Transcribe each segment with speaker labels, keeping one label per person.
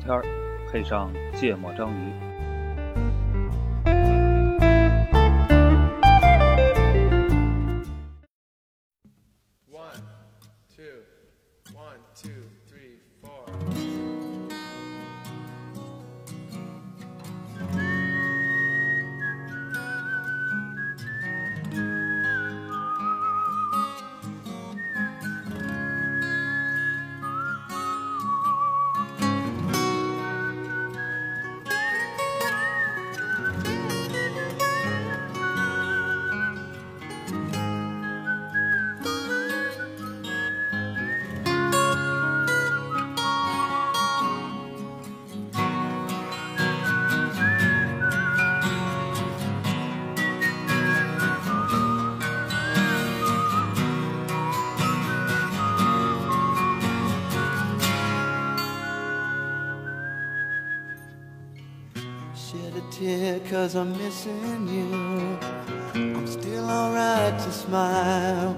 Speaker 1: 天儿，配上芥末章鱼。
Speaker 2: One, two, one, two, three, four.
Speaker 3: Shed a tear cause I'm missing you. I'm still alright to smile.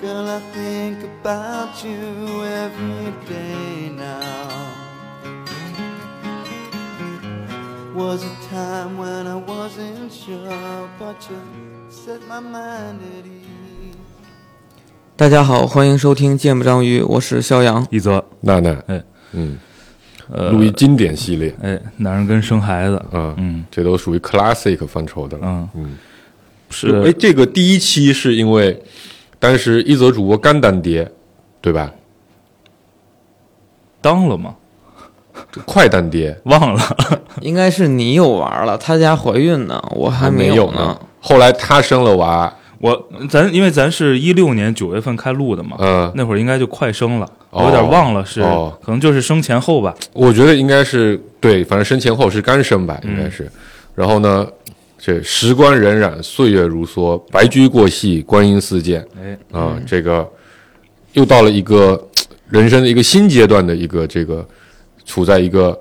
Speaker 3: Girl, I think about you every day now. Was a time when I wasn't sure, but you set my mind at ease.
Speaker 4: 大家好，欢迎收听《芥末章鱼》，我是肖阳。
Speaker 5: 一泽，
Speaker 6: 娜娜，
Speaker 5: 哎，
Speaker 6: 嗯，
Speaker 5: 呃，
Speaker 6: 录一经典系列
Speaker 5: 哎，男人跟生孩子，
Speaker 6: 啊，
Speaker 5: 嗯，
Speaker 6: 这都属于 classic 范畴的了。
Speaker 5: 嗯
Speaker 6: 嗯，哎，
Speaker 5: 是，
Speaker 6: 这个第一期是因为当时一泽主播干单爹，对吧？
Speaker 5: 当了吗？
Speaker 6: 快单爹
Speaker 5: 忘了，
Speaker 4: 应该是你有娃了，她家怀孕呢，我还
Speaker 6: 没
Speaker 4: 有
Speaker 6: 呢。。后来他生了娃，
Speaker 5: 我咱因为咱是一六年九月份开录的嘛，
Speaker 6: 嗯
Speaker 5: 那会儿应该就快生了，
Speaker 6: 哦
Speaker 5: 我有点忘了是，
Speaker 6: 哦
Speaker 5: 可能就是生前后吧，
Speaker 6: 我觉得应该是对，反正生前后是干生吧，
Speaker 5: 嗯
Speaker 6: 应该是。然后呢，这时光荏苒，岁月如梭，白驹过隙，光阴似箭
Speaker 5: 哎，
Speaker 6: 啊，这个又到了一个嘖人生的一个新阶段的一个这个，处在一个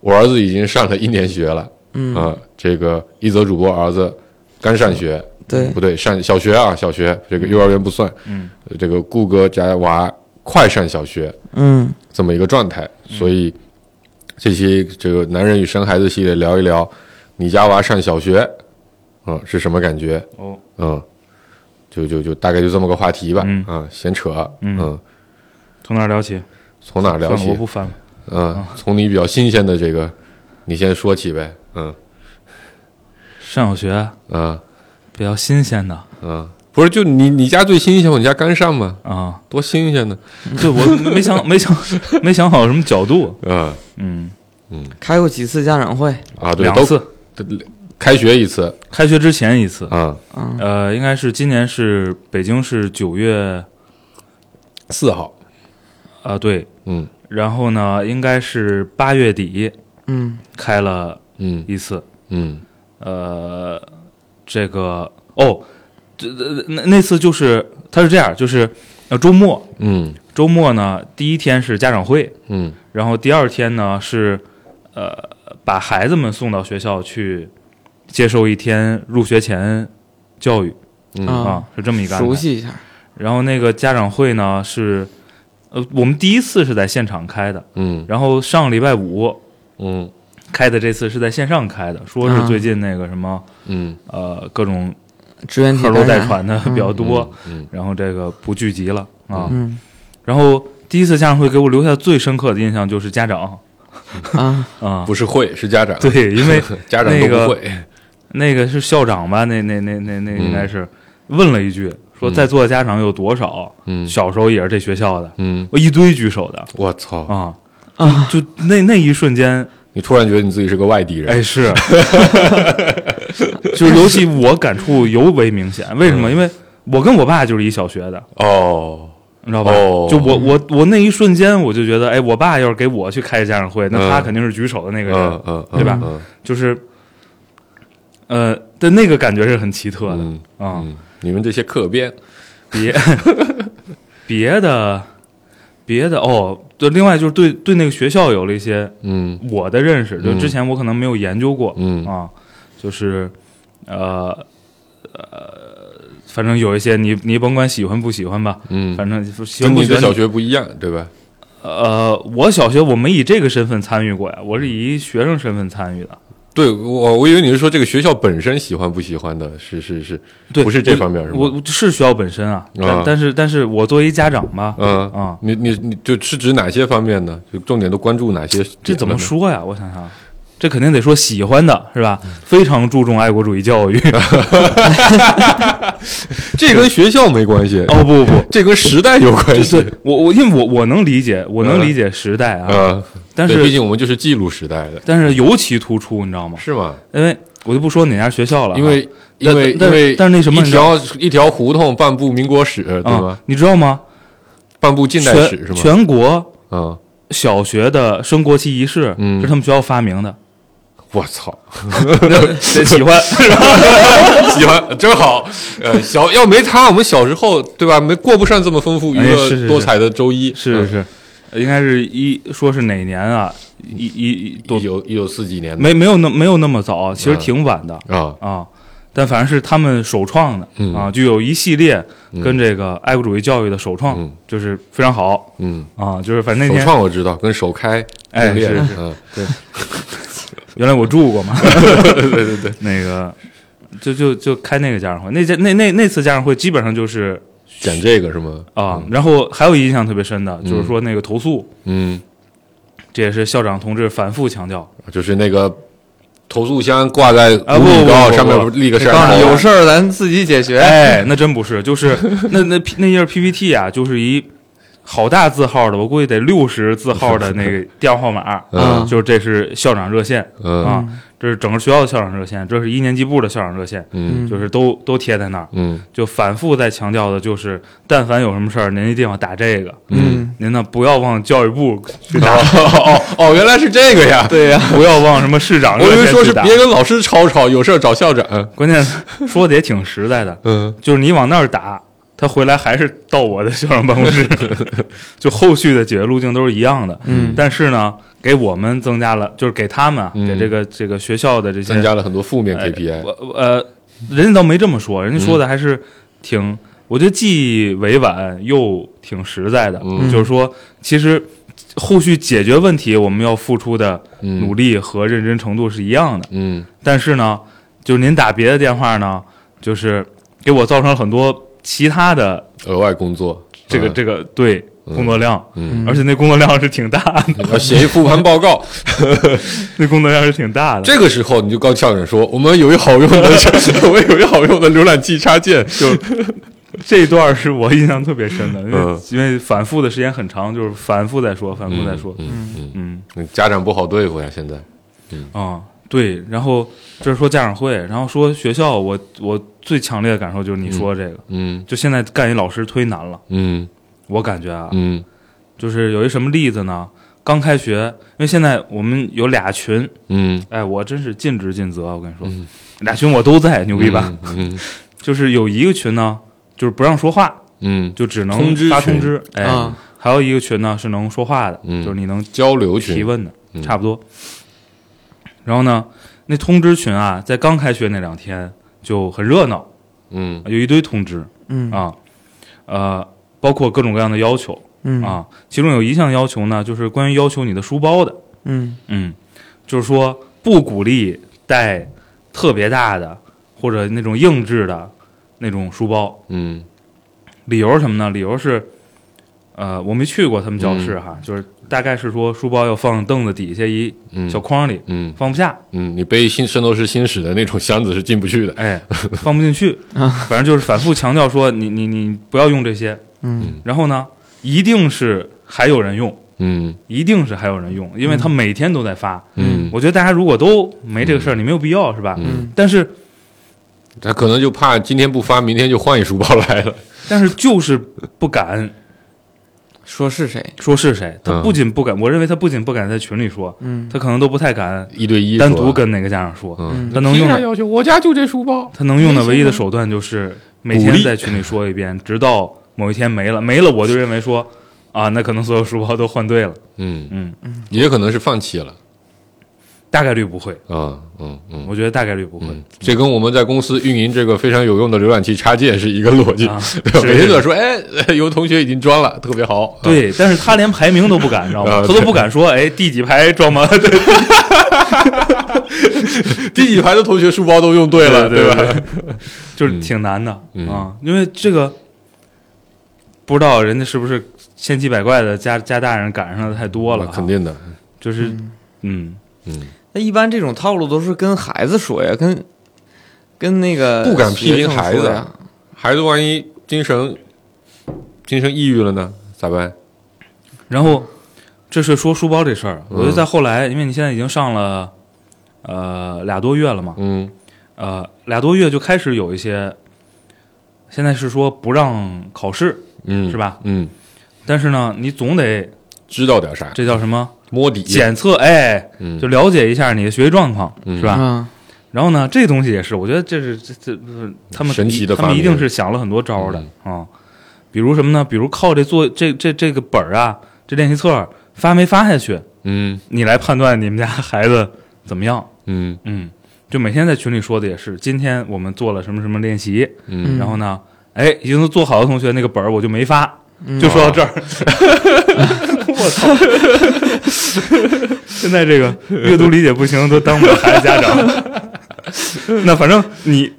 Speaker 6: 我儿子已经上了一年学了，嗯啊，这个一泽主播儿子刚上学，
Speaker 4: 对
Speaker 6: 不对？上小学啊，小学这个幼儿园不算，
Speaker 5: 嗯，
Speaker 6: 这个顾哥家娃快上小学，
Speaker 4: 嗯，
Speaker 6: 这么一个状态，
Speaker 5: 嗯
Speaker 6: 所以这期这个男人与生孩子系列聊一聊，你家娃上小学，嗯，是什么感觉？
Speaker 5: 哦，
Speaker 6: 嗯，就就就大概就这么个话题吧，
Speaker 5: 嗯
Speaker 6: 啊，闲扯，
Speaker 5: 嗯从哪儿聊起？
Speaker 6: 从哪儿聊
Speaker 5: 算了，我
Speaker 6: 起
Speaker 5: 不？翻了。
Speaker 6: 嗯，从你比较新鲜的这个，你先说起呗，嗯
Speaker 5: 上小学
Speaker 6: 啊
Speaker 5: 比较新鲜的
Speaker 6: 啊，不是，就你你家最新鲜吗？你家刚上吗？
Speaker 5: 啊，
Speaker 6: 多新鲜呢，
Speaker 5: 对我没 没想没想 没想好什么角度，
Speaker 6: 啊
Speaker 5: 嗯，
Speaker 4: 开过几次家长会？
Speaker 6: 啊，对，
Speaker 5: 两
Speaker 6: 都
Speaker 5: 次，
Speaker 6: 开学一次
Speaker 5: 开学之前一次，
Speaker 6: 啊，
Speaker 5: 呃，应该是今年是北京是九月
Speaker 6: 四号，
Speaker 5: 啊，对，
Speaker 6: 嗯
Speaker 5: 然后呢，应该是八月底
Speaker 4: 嗯，
Speaker 5: 开了
Speaker 6: 嗯
Speaker 5: 一次，
Speaker 6: 嗯
Speaker 5: 呃，这个哦，这这那那次就是他是这样，就是呃周末
Speaker 6: 嗯
Speaker 5: 周末呢，第一天是家长会，
Speaker 6: 嗯
Speaker 5: 然后第二天呢是呃把孩子们送到学校去接受一天入学前教育
Speaker 6: 嗯
Speaker 5: 啊，是这么一个安排
Speaker 4: 熟悉一下。
Speaker 5: 然后那个家长会呢是，呃，我们第一次是在现场开的，
Speaker 6: 嗯
Speaker 5: 然后上礼拜五
Speaker 6: 嗯。
Speaker 5: 开的这次是在线上开的，说
Speaker 4: 啊
Speaker 5: 是最近那个什么、
Speaker 6: 嗯
Speaker 5: 呃各种
Speaker 4: 支原体
Speaker 5: 客
Speaker 4: 感
Speaker 5: 楼
Speaker 4: 染
Speaker 5: 带传的 比较多，
Speaker 6: 嗯
Speaker 5: 然后这个不聚集了啊。
Speaker 4: 嗯
Speaker 5: 然后第一次家长会给我留下最深刻的印象就是家长
Speaker 4: 啊，
Speaker 5: 啊，
Speaker 6: 不是会是家长，
Speaker 5: 对，因为
Speaker 6: 家长都
Speaker 5: 那个
Speaker 6: 不会，
Speaker 5: 那个是校长吧？那那那那那
Speaker 6: 嗯
Speaker 5: 应该是问了一句，说在座的家长有多少？
Speaker 6: 嗯
Speaker 5: 小时候也是这学校的，
Speaker 6: 嗯，
Speaker 5: 我一堆举手的。
Speaker 6: 我操！
Speaker 5: 啊啊！就那那一瞬间，
Speaker 6: 你突然觉得你自己是个外地人，
Speaker 5: 哎，是， 就是尤其我感触尤为明显。为什
Speaker 6: 嗯
Speaker 5: 么？因为我跟我爸就是一小学的，
Speaker 6: 哦，
Speaker 5: 你知道吧？
Speaker 6: 哦
Speaker 5: 就我我我那一瞬间，我就觉得，哎，我爸要是给我去开家长会，那他
Speaker 6: 嗯
Speaker 5: 肯定是举手的那个人，
Speaker 6: 嗯嗯，
Speaker 5: 对吧
Speaker 6: 嗯
Speaker 5: 就是，呃，但那个感觉是很奇特的
Speaker 6: 嗯
Speaker 5: 啊、
Speaker 6: 嗯，你们这些客编，
Speaker 5: 别 别的别的哦，对，另外就是对对那个学校有了一些
Speaker 6: 嗯
Speaker 5: 我的认识，就之前我可能没有研究过，
Speaker 6: 嗯
Speaker 5: 啊，就是呃呃，反正有一些你你甭管喜欢不喜欢吧，
Speaker 6: 嗯，
Speaker 5: 反正喜欢
Speaker 6: 跟
Speaker 5: 不
Speaker 6: 你
Speaker 5: 喜
Speaker 6: 的
Speaker 5: 欢
Speaker 6: 小学不一样，对吧？
Speaker 5: 呃，我小学我没以这个身份参与过呀，我是以学生身份参与的。
Speaker 6: 对我，我以为你是说这个学校本身喜欢不喜欢的，是是是，
Speaker 5: 对，
Speaker 6: 不是这方面是吗
Speaker 5: 我我是学校本身啊，
Speaker 6: 啊
Speaker 5: 但但是但是我作为家长吧，
Speaker 6: 嗯
Speaker 5: 啊
Speaker 6: 你你你就是指哪些方面呢？就重点都关注哪些？
Speaker 5: 这怎么？说呀？我想想，这肯定得说喜欢的是吧？非常注重爱国主义教育。
Speaker 6: 这跟学校没关系，
Speaker 5: 哦不不不，
Speaker 6: 这跟时代有关系
Speaker 5: 对。我我因为我我能理解，我能理解时代啊，
Speaker 6: 啊，
Speaker 5: 但
Speaker 6: 对毕
Speaker 5: 是
Speaker 6: 竟我们就是记录时代的，
Speaker 5: 但是尤其突出，你知道吗？
Speaker 6: 是吗？
Speaker 5: 因为我就不说哪家学校了啊，
Speaker 6: 因为因
Speaker 5: 但
Speaker 6: 为
Speaker 5: 但
Speaker 6: 因为
Speaker 5: 但是那什么
Speaker 6: 一条一条胡同半部民国史，对
Speaker 5: 啊
Speaker 6: 吧？，
Speaker 5: 你知道吗？
Speaker 6: 半部近代
Speaker 5: 全
Speaker 6: 史是吗？
Speaker 5: 全国
Speaker 6: 啊，
Speaker 5: 小学的升国旗仪式
Speaker 6: 嗯
Speaker 5: 是他们学校发明的，
Speaker 6: 我操，
Speaker 5: 得喜欢。
Speaker 6: 喜欢真好。呃，小要没他，我们小时候对吧，没过不上这么丰富娱
Speaker 5: 哎是是
Speaker 6: 乐
Speaker 5: 是
Speaker 6: 多彩的周一。嗯
Speaker 5: 是是，应该是一说是哪年啊？一一一
Speaker 6: 嗯，
Speaker 5: 多
Speaker 6: 一九一九四几年的
Speaker 5: 没没有那没有那么早，其实
Speaker 6: 嗯
Speaker 5: 挺晚的
Speaker 6: 啊，
Speaker 5: 啊。但反正是他们首创的
Speaker 6: 嗯
Speaker 5: 啊，就有一系列跟这个爱国主义教育的首创
Speaker 6: 嗯，
Speaker 5: 就是非常好
Speaker 6: 嗯，
Speaker 5: 啊。就是反正那
Speaker 6: 首
Speaker 5: 天
Speaker 6: 创我知道，跟首开
Speaker 5: 哎
Speaker 6: 并列
Speaker 5: 是是
Speaker 6: 嗯
Speaker 5: 原来我住过嘛， 对对对， 那个就就就开那个家长会，那家那那那次家长会基本上就是
Speaker 6: 讲这个是吗？
Speaker 5: 啊，然后还有一印象特别深的就是说那个投诉，
Speaker 6: 嗯，
Speaker 5: 这也是校长同志反复强调，
Speaker 6: 就是那个投诉箱挂在五
Speaker 5: 啊不
Speaker 6: 米
Speaker 5: 不
Speaker 6: 高
Speaker 5: 不
Speaker 6: 上
Speaker 5: 不
Speaker 6: 面立个
Speaker 4: 我
Speaker 6: 山
Speaker 4: 告诉
Speaker 6: 头，啊
Speaker 4: 你，有事儿咱自己解决。啊
Speaker 5: 哎，那真不是，就是那那那页 PPT 啊，就是一好大字号的，我估计得六十字号的那个电话号码，
Speaker 4: 嗯
Speaker 5: 就是这是校长热线
Speaker 6: 嗯
Speaker 5: 啊，这是整个学校的校长热线，这是一年级部的校长热线，
Speaker 6: 嗯
Speaker 5: 就是都都贴在那儿，
Speaker 6: 嗯
Speaker 5: 就反复在强调的就是，但凡有什么事儿，您一定要打这个，
Speaker 4: 嗯，
Speaker 5: 您呢不要往教育部去
Speaker 6: 哦
Speaker 5: 打，
Speaker 6: 哦哦，原来是这个呀！
Speaker 4: 对呀、
Speaker 5: 不要往什么市长
Speaker 6: 我
Speaker 5: 热
Speaker 6: 以为
Speaker 5: 线
Speaker 6: 说
Speaker 5: 去
Speaker 6: 是
Speaker 5: 打，
Speaker 6: 别跟老师吵吵，有事儿找校长。
Speaker 5: 关键说的也挺实在的，
Speaker 6: 嗯，
Speaker 5: 就是你往那儿打，他回来还是到我的校长办公 室，就后续的解决路径都是一样的。
Speaker 4: 嗯
Speaker 5: 但是呢，给我们增加了，就是给他们啊，
Speaker 6: 嗯
Speaker 5: 给这个这个学校的这些
Speaker 6: 增加了很多负面
Speaker 5: 哎
Speaker 6: KPI。
Speaker 5: 我呃，人家倒没这么说，人家说的还是挺，我觉得既委婉又挺实在的，
Speaker 6: 嗯
Speaker 5: 就是说，其实后续解决问题我们要付出的
Speaker 6: 嗯
Speaker 5: 努力和认真程度是一样的。
Speaker 6: 嗯
Speaker 5: 但是呢，就是您打别的电话呢，就是给我造成了很多其他的
Speaker 6: 额外工作，
Speaker 5: 这个、这个对工作量，
Speaker 6: 嗯
Speaker 5: 而且那工作量是挺大 的，
Speaker 6: 嗯要写一复盘报告。
Speaker 5: 那工作量是挺大的。
Speaker 6: 这个时候你就告诉校长说，我们有一好 用的， 我们有一好用的浏览器插件。嗯就
Speaker 5: 这段是我印象特别深的，因为、
Speaker 6: 嗯
Speaker 5: 因为反复的时间很长，就是反复在说，反复在说，
Speaker 6: 嗯
Speaker 5: 嗯
Speaker 6: 嗯，家长不好对付呀，现在。
Speaker 5: 啊、对。然后这是说家长会，然后说学校，我我最强烈的感受就是你说这个，
Speaker 6: 嗯
Speaker 5: 就现在干一老师忒难了，
Speaker 6: 嗯
Speaker 5: 我感觉啊，
Speaker 6: 嗯
Speaker 5: 就是有一什么例子呢？刚开学，因为现在我们有俩群，
Speaker 6: 嗯，
Speaker 5: 哎，我真是尽职尽责啊，我跟你说，俩群我都在，牛逼吧？
Speaker 6: 嗯
Speaker 5: 就是有一个群呢，就是不让说话，
Speaker 6: 嗯，
Speaker 5: 就只能
Speaker 6: 通知
Speaker 5: 发
Speaker 6: 群
Speaker 5: 通知，哎，
Speaker 4: 啊
Speaker 5: 还有一个群呢是能说话的，
Speaker 6: 嗯
Speaker 5: 就是你能
Speaker 6: 交流
Speaker 5: 提
Speaker 6: 群。嗯
Speaker 5: 问的，差不多。然后呢，那通知群啊，在刚开学那两天就很热闹，
Speaker 6: 嗯
Speaker 5: 有一堆通知
Speaker 4: 嗯
Speaker 5: 啊，呃，包括各种各样的要求
Speaker 4: 嗯
Speaker 5: 啊，其中有一项要求呢，就是关于要求你的书包的，
Speaker 4: 嗯
Speaker 5: 嗯，就是说不鼓励带特别大的或者那种硬质的那种书包。
Speaker 6: 嗯，
Speaker 5: 理由是什么呢？理由是，呃，我没去过他们教室哈，就是大概是说书包要放凳子底下一
Speaker 6: 嗯
Speaker 5: 小筐里，
Speaker 6: 嗯
Speaker 5: 放不下，
Speaker 6: 嗯，你背新《圣斗士星矢》的那种箱子是进不去的。
Speaker 5: 哎， 放不进去，
Speaker 4: 啊
Speaker 5: 反正就是反复强调说你你你不要用这些，
Speaker 4: 嗯
Speaker 5: 然后呢，一定是还有人用。
Speaker 6: 嗯
Speaker 5: 一定是还有人用，因为他每天都在发。
Speaker 6: 嗯，
Speaker 5: 我觉得大家如果都没这个事儿，你没有必要是吧？
Speaker 6: 嗯
Speaker 5: 但是
Speaker 6: 他可能就怕今天不发，明天就换一书包来 了。
Speaker 5: 但是就是不敢
Speaker 4: 说是谁？
Speaker 5: 说是谁。他
Speaker 6: 嗯
Speaker 5: 不仅不敢，我认为他不仅不敢在群里说，
Speaker 4: 嗯
Speaker 5: 他可能都不太敢
Speaker 6: 一对一
Speaker 5: 单
Speaker 6: 说
Speaker 5: 独跟哪个家长说。
Speaker 6: 嗯
Speaker 5: 他能用的
Speaker 6: 要求？我家就这书包。
Speaker 5: 他能用的唯一的手段就是每
Speaker 6: 鼓
Speaker 5: 天
Speaker 6: 励
Speaker 5: 在群里说一遍，直到某一天没了，没了我就认为说啊，那可能所有书包都换对了。
Speaker 6: 嗯
Speaker 5: 嗯，
Speaker 6: 也可能是放弃了。
Speaker 5: 大概率不会，
Speaker 6: 啊，嗯嗯
Speaker 5: 我觉得大概率不会。
Speaker 6: 嗯，这跟我们在公司运营这个非常有用的浏览器插件是一个逻辑
Speaker 5: 啊，
Speaker 6: 对吧
Speaker 5: 是
Speaker 6: 每天都在说，哎， 有同学已经装了，特别好，啊
Speaker 5: 对，但是他连排名都不敢，你知道吗
Speaker 6: 啊？
Speaker 5: 他都不敢说，哎，第几排装吗？ 对
Speaker 6: 第几排的同学书包都用对了，
Speaker 5: 对
Speaker 6: 吧？
Speaker 5: 吧？ 就是挺难的、
Speaker 6: 嗯
Speaker 5: 啊，因为这个不知道人家是不是千奇百怪的加加大人赶上的太多了啊，
Speaker 6: 肯定的，
Speaker 5: 就是嗯
Speaker 6: 嗯，
Speaker 4: 那一般这种套路都是跟孩子说呀，跟跟那个
Speaker 6: 不敢批评
Speaker 4: 学生
Speaker 6: 孩子
Speaker 4: 说呀，啊
Speaker 6: 孩子万一精神精神抑郁了呢，咋办？
Speaker 5: 然后这是说书包这事儿，我
Speaker 6: 嗯
Speaker 5: 就在后来，因为你现在已经上了呃俩多月了嘛，
Speaker 6: 嗯
Speaker 5: 呃俩多月就开始有一些，现在是说不让考试，
Speaker 6: 嗯，
Speaker 5: 是吧？
Speaker 6: 嗯，
Speaker 5: 但是呢，你总得
Speaker 6: 知道点啥，
Speaker 5: 这叫什么
Speaker 6: 摸底，
Speaker 5: 检测？哎，
Speaker 6: 嗯，
Speaker 5: 就了解一下你的学习状况，
Speaker 6: 嗯
Speaker 5: 是吧？
Speaker 4: 啊，
Speaker 5: 然后呢，这东西也是，我觉得这是这这这他们
Speaker 6: 神奇的嗯
Speaker 5: 他们
Speaker 6: 发明
Speaker 5: 一定是想了很多招儿的啊、比如什么呢？比如靠这做这这这个本儿啊，这练习册儿发没发下去，
Speaker 6: 嗯
Speaker 5: 你来判断你们家孩子怎么样。
Speaker 6: 嗯
Speaker 5: 嗯，就每天在群里说的也是，今天我们做了什么什么练习，
Speaker 6: 嗯
Speaker 5: 然后呢，哎，已经做好的同学那个本儿我就没发，就说到这儿。我操！现在这个阅读理解不行，都当不了 孩子家长。那反正你，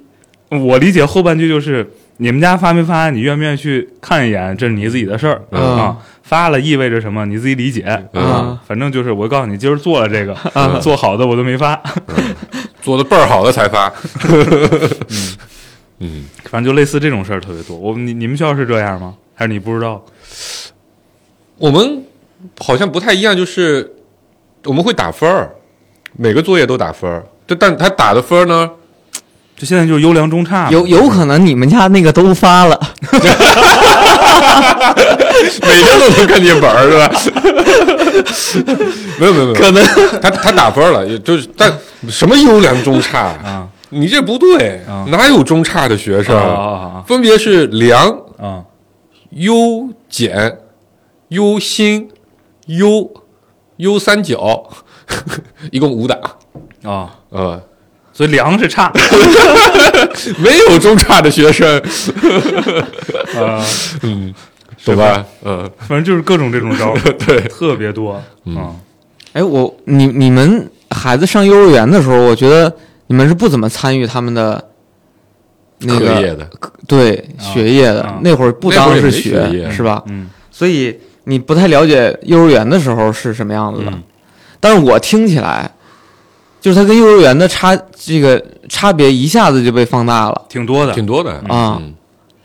Speaker 5: 我理解后半句就是。你们家发没发？你愿不愿意去看一眼？这是你自己的事儿、
Speaker 4: 嗯
Speaker 5: 啊。发了意味着什么？你自己理解、
Speaker 6: 呃嗯
Speaker 5: 啊。反正就是我告诉你，今儿做了这个，做好的我都没发。
Speaker 6: 做的倍儿好的才发，嗯
Speaker 5: 反正就类似这种事儿特别多。我你你们学校是这样吗？还是你不知道？
Speaker 6: 我们好像不太一样，就是我们会打分儿，每个作业都打分儿，但但他打的分 儿呢，
Speaker 5: 就现在就是优良中差嘛，
Speaker 4: 有有可能你们家那个都发了，
Speaker 6: 每天都能看见本儿，是吧？ 没有没有没有，可能他他打分了，也就是但什么优良中差
Speaker 5: 啊？
Speaker 6: 你这不对
Speaker 5: 啊，
Speaker 6: 哪有中差的
Speaker 5: 啊
Speaker 6: 学
Speaker 5: 啊啊
Speaker 6: 生
Speaker 5: 啊？
Speaker 6: 分别是良、
Speaker 5: 啊，
Speaker 6: 优简、优新、优优三角， 一共五档。
Speaker 5: 啊，
Speaker 6: 呃，
Speaker 5: 所以良是 差，
Speaker 6: 没有中差的学生，
Speaker 5: 啊，
Speaker 6: 嗯，对吧？嗯，
Speaker 5: 反正就是各种这种招儿， 对，特别多，嗯，
Speaker 4: 哎，我你你们孩子上幼儿园的时候，我觉得你们是不怎么参与他们的那
Speaker 6: 课
Speaker 4: 个
Speaker 6: 业的，
Speaker 4: 对
Speaker 5: 啊
Speaker 4: 学业的、
Speaker 5: 啊
Speaker 4: 那会儿不
Speaker 6: 那会
Speaker 4: 当
Speaker 6: 儿也
Speaker 4: 是
Speaker 6: 没学业
Speaker 4: 是吧？
Speaker 5: 嗯
Speaker 4: 所以你不太了解幼儿园的时候是什么样子的。
Speaker 5: 嗯
Speaker 4: 但是我听起来，就是它跟幼儿园的差这个差别一下子就被放大了
Speaker 5: 挺多的，
Speaker 6: 挺多的
Speaker 4: 啊。
Speaker 6: 嗯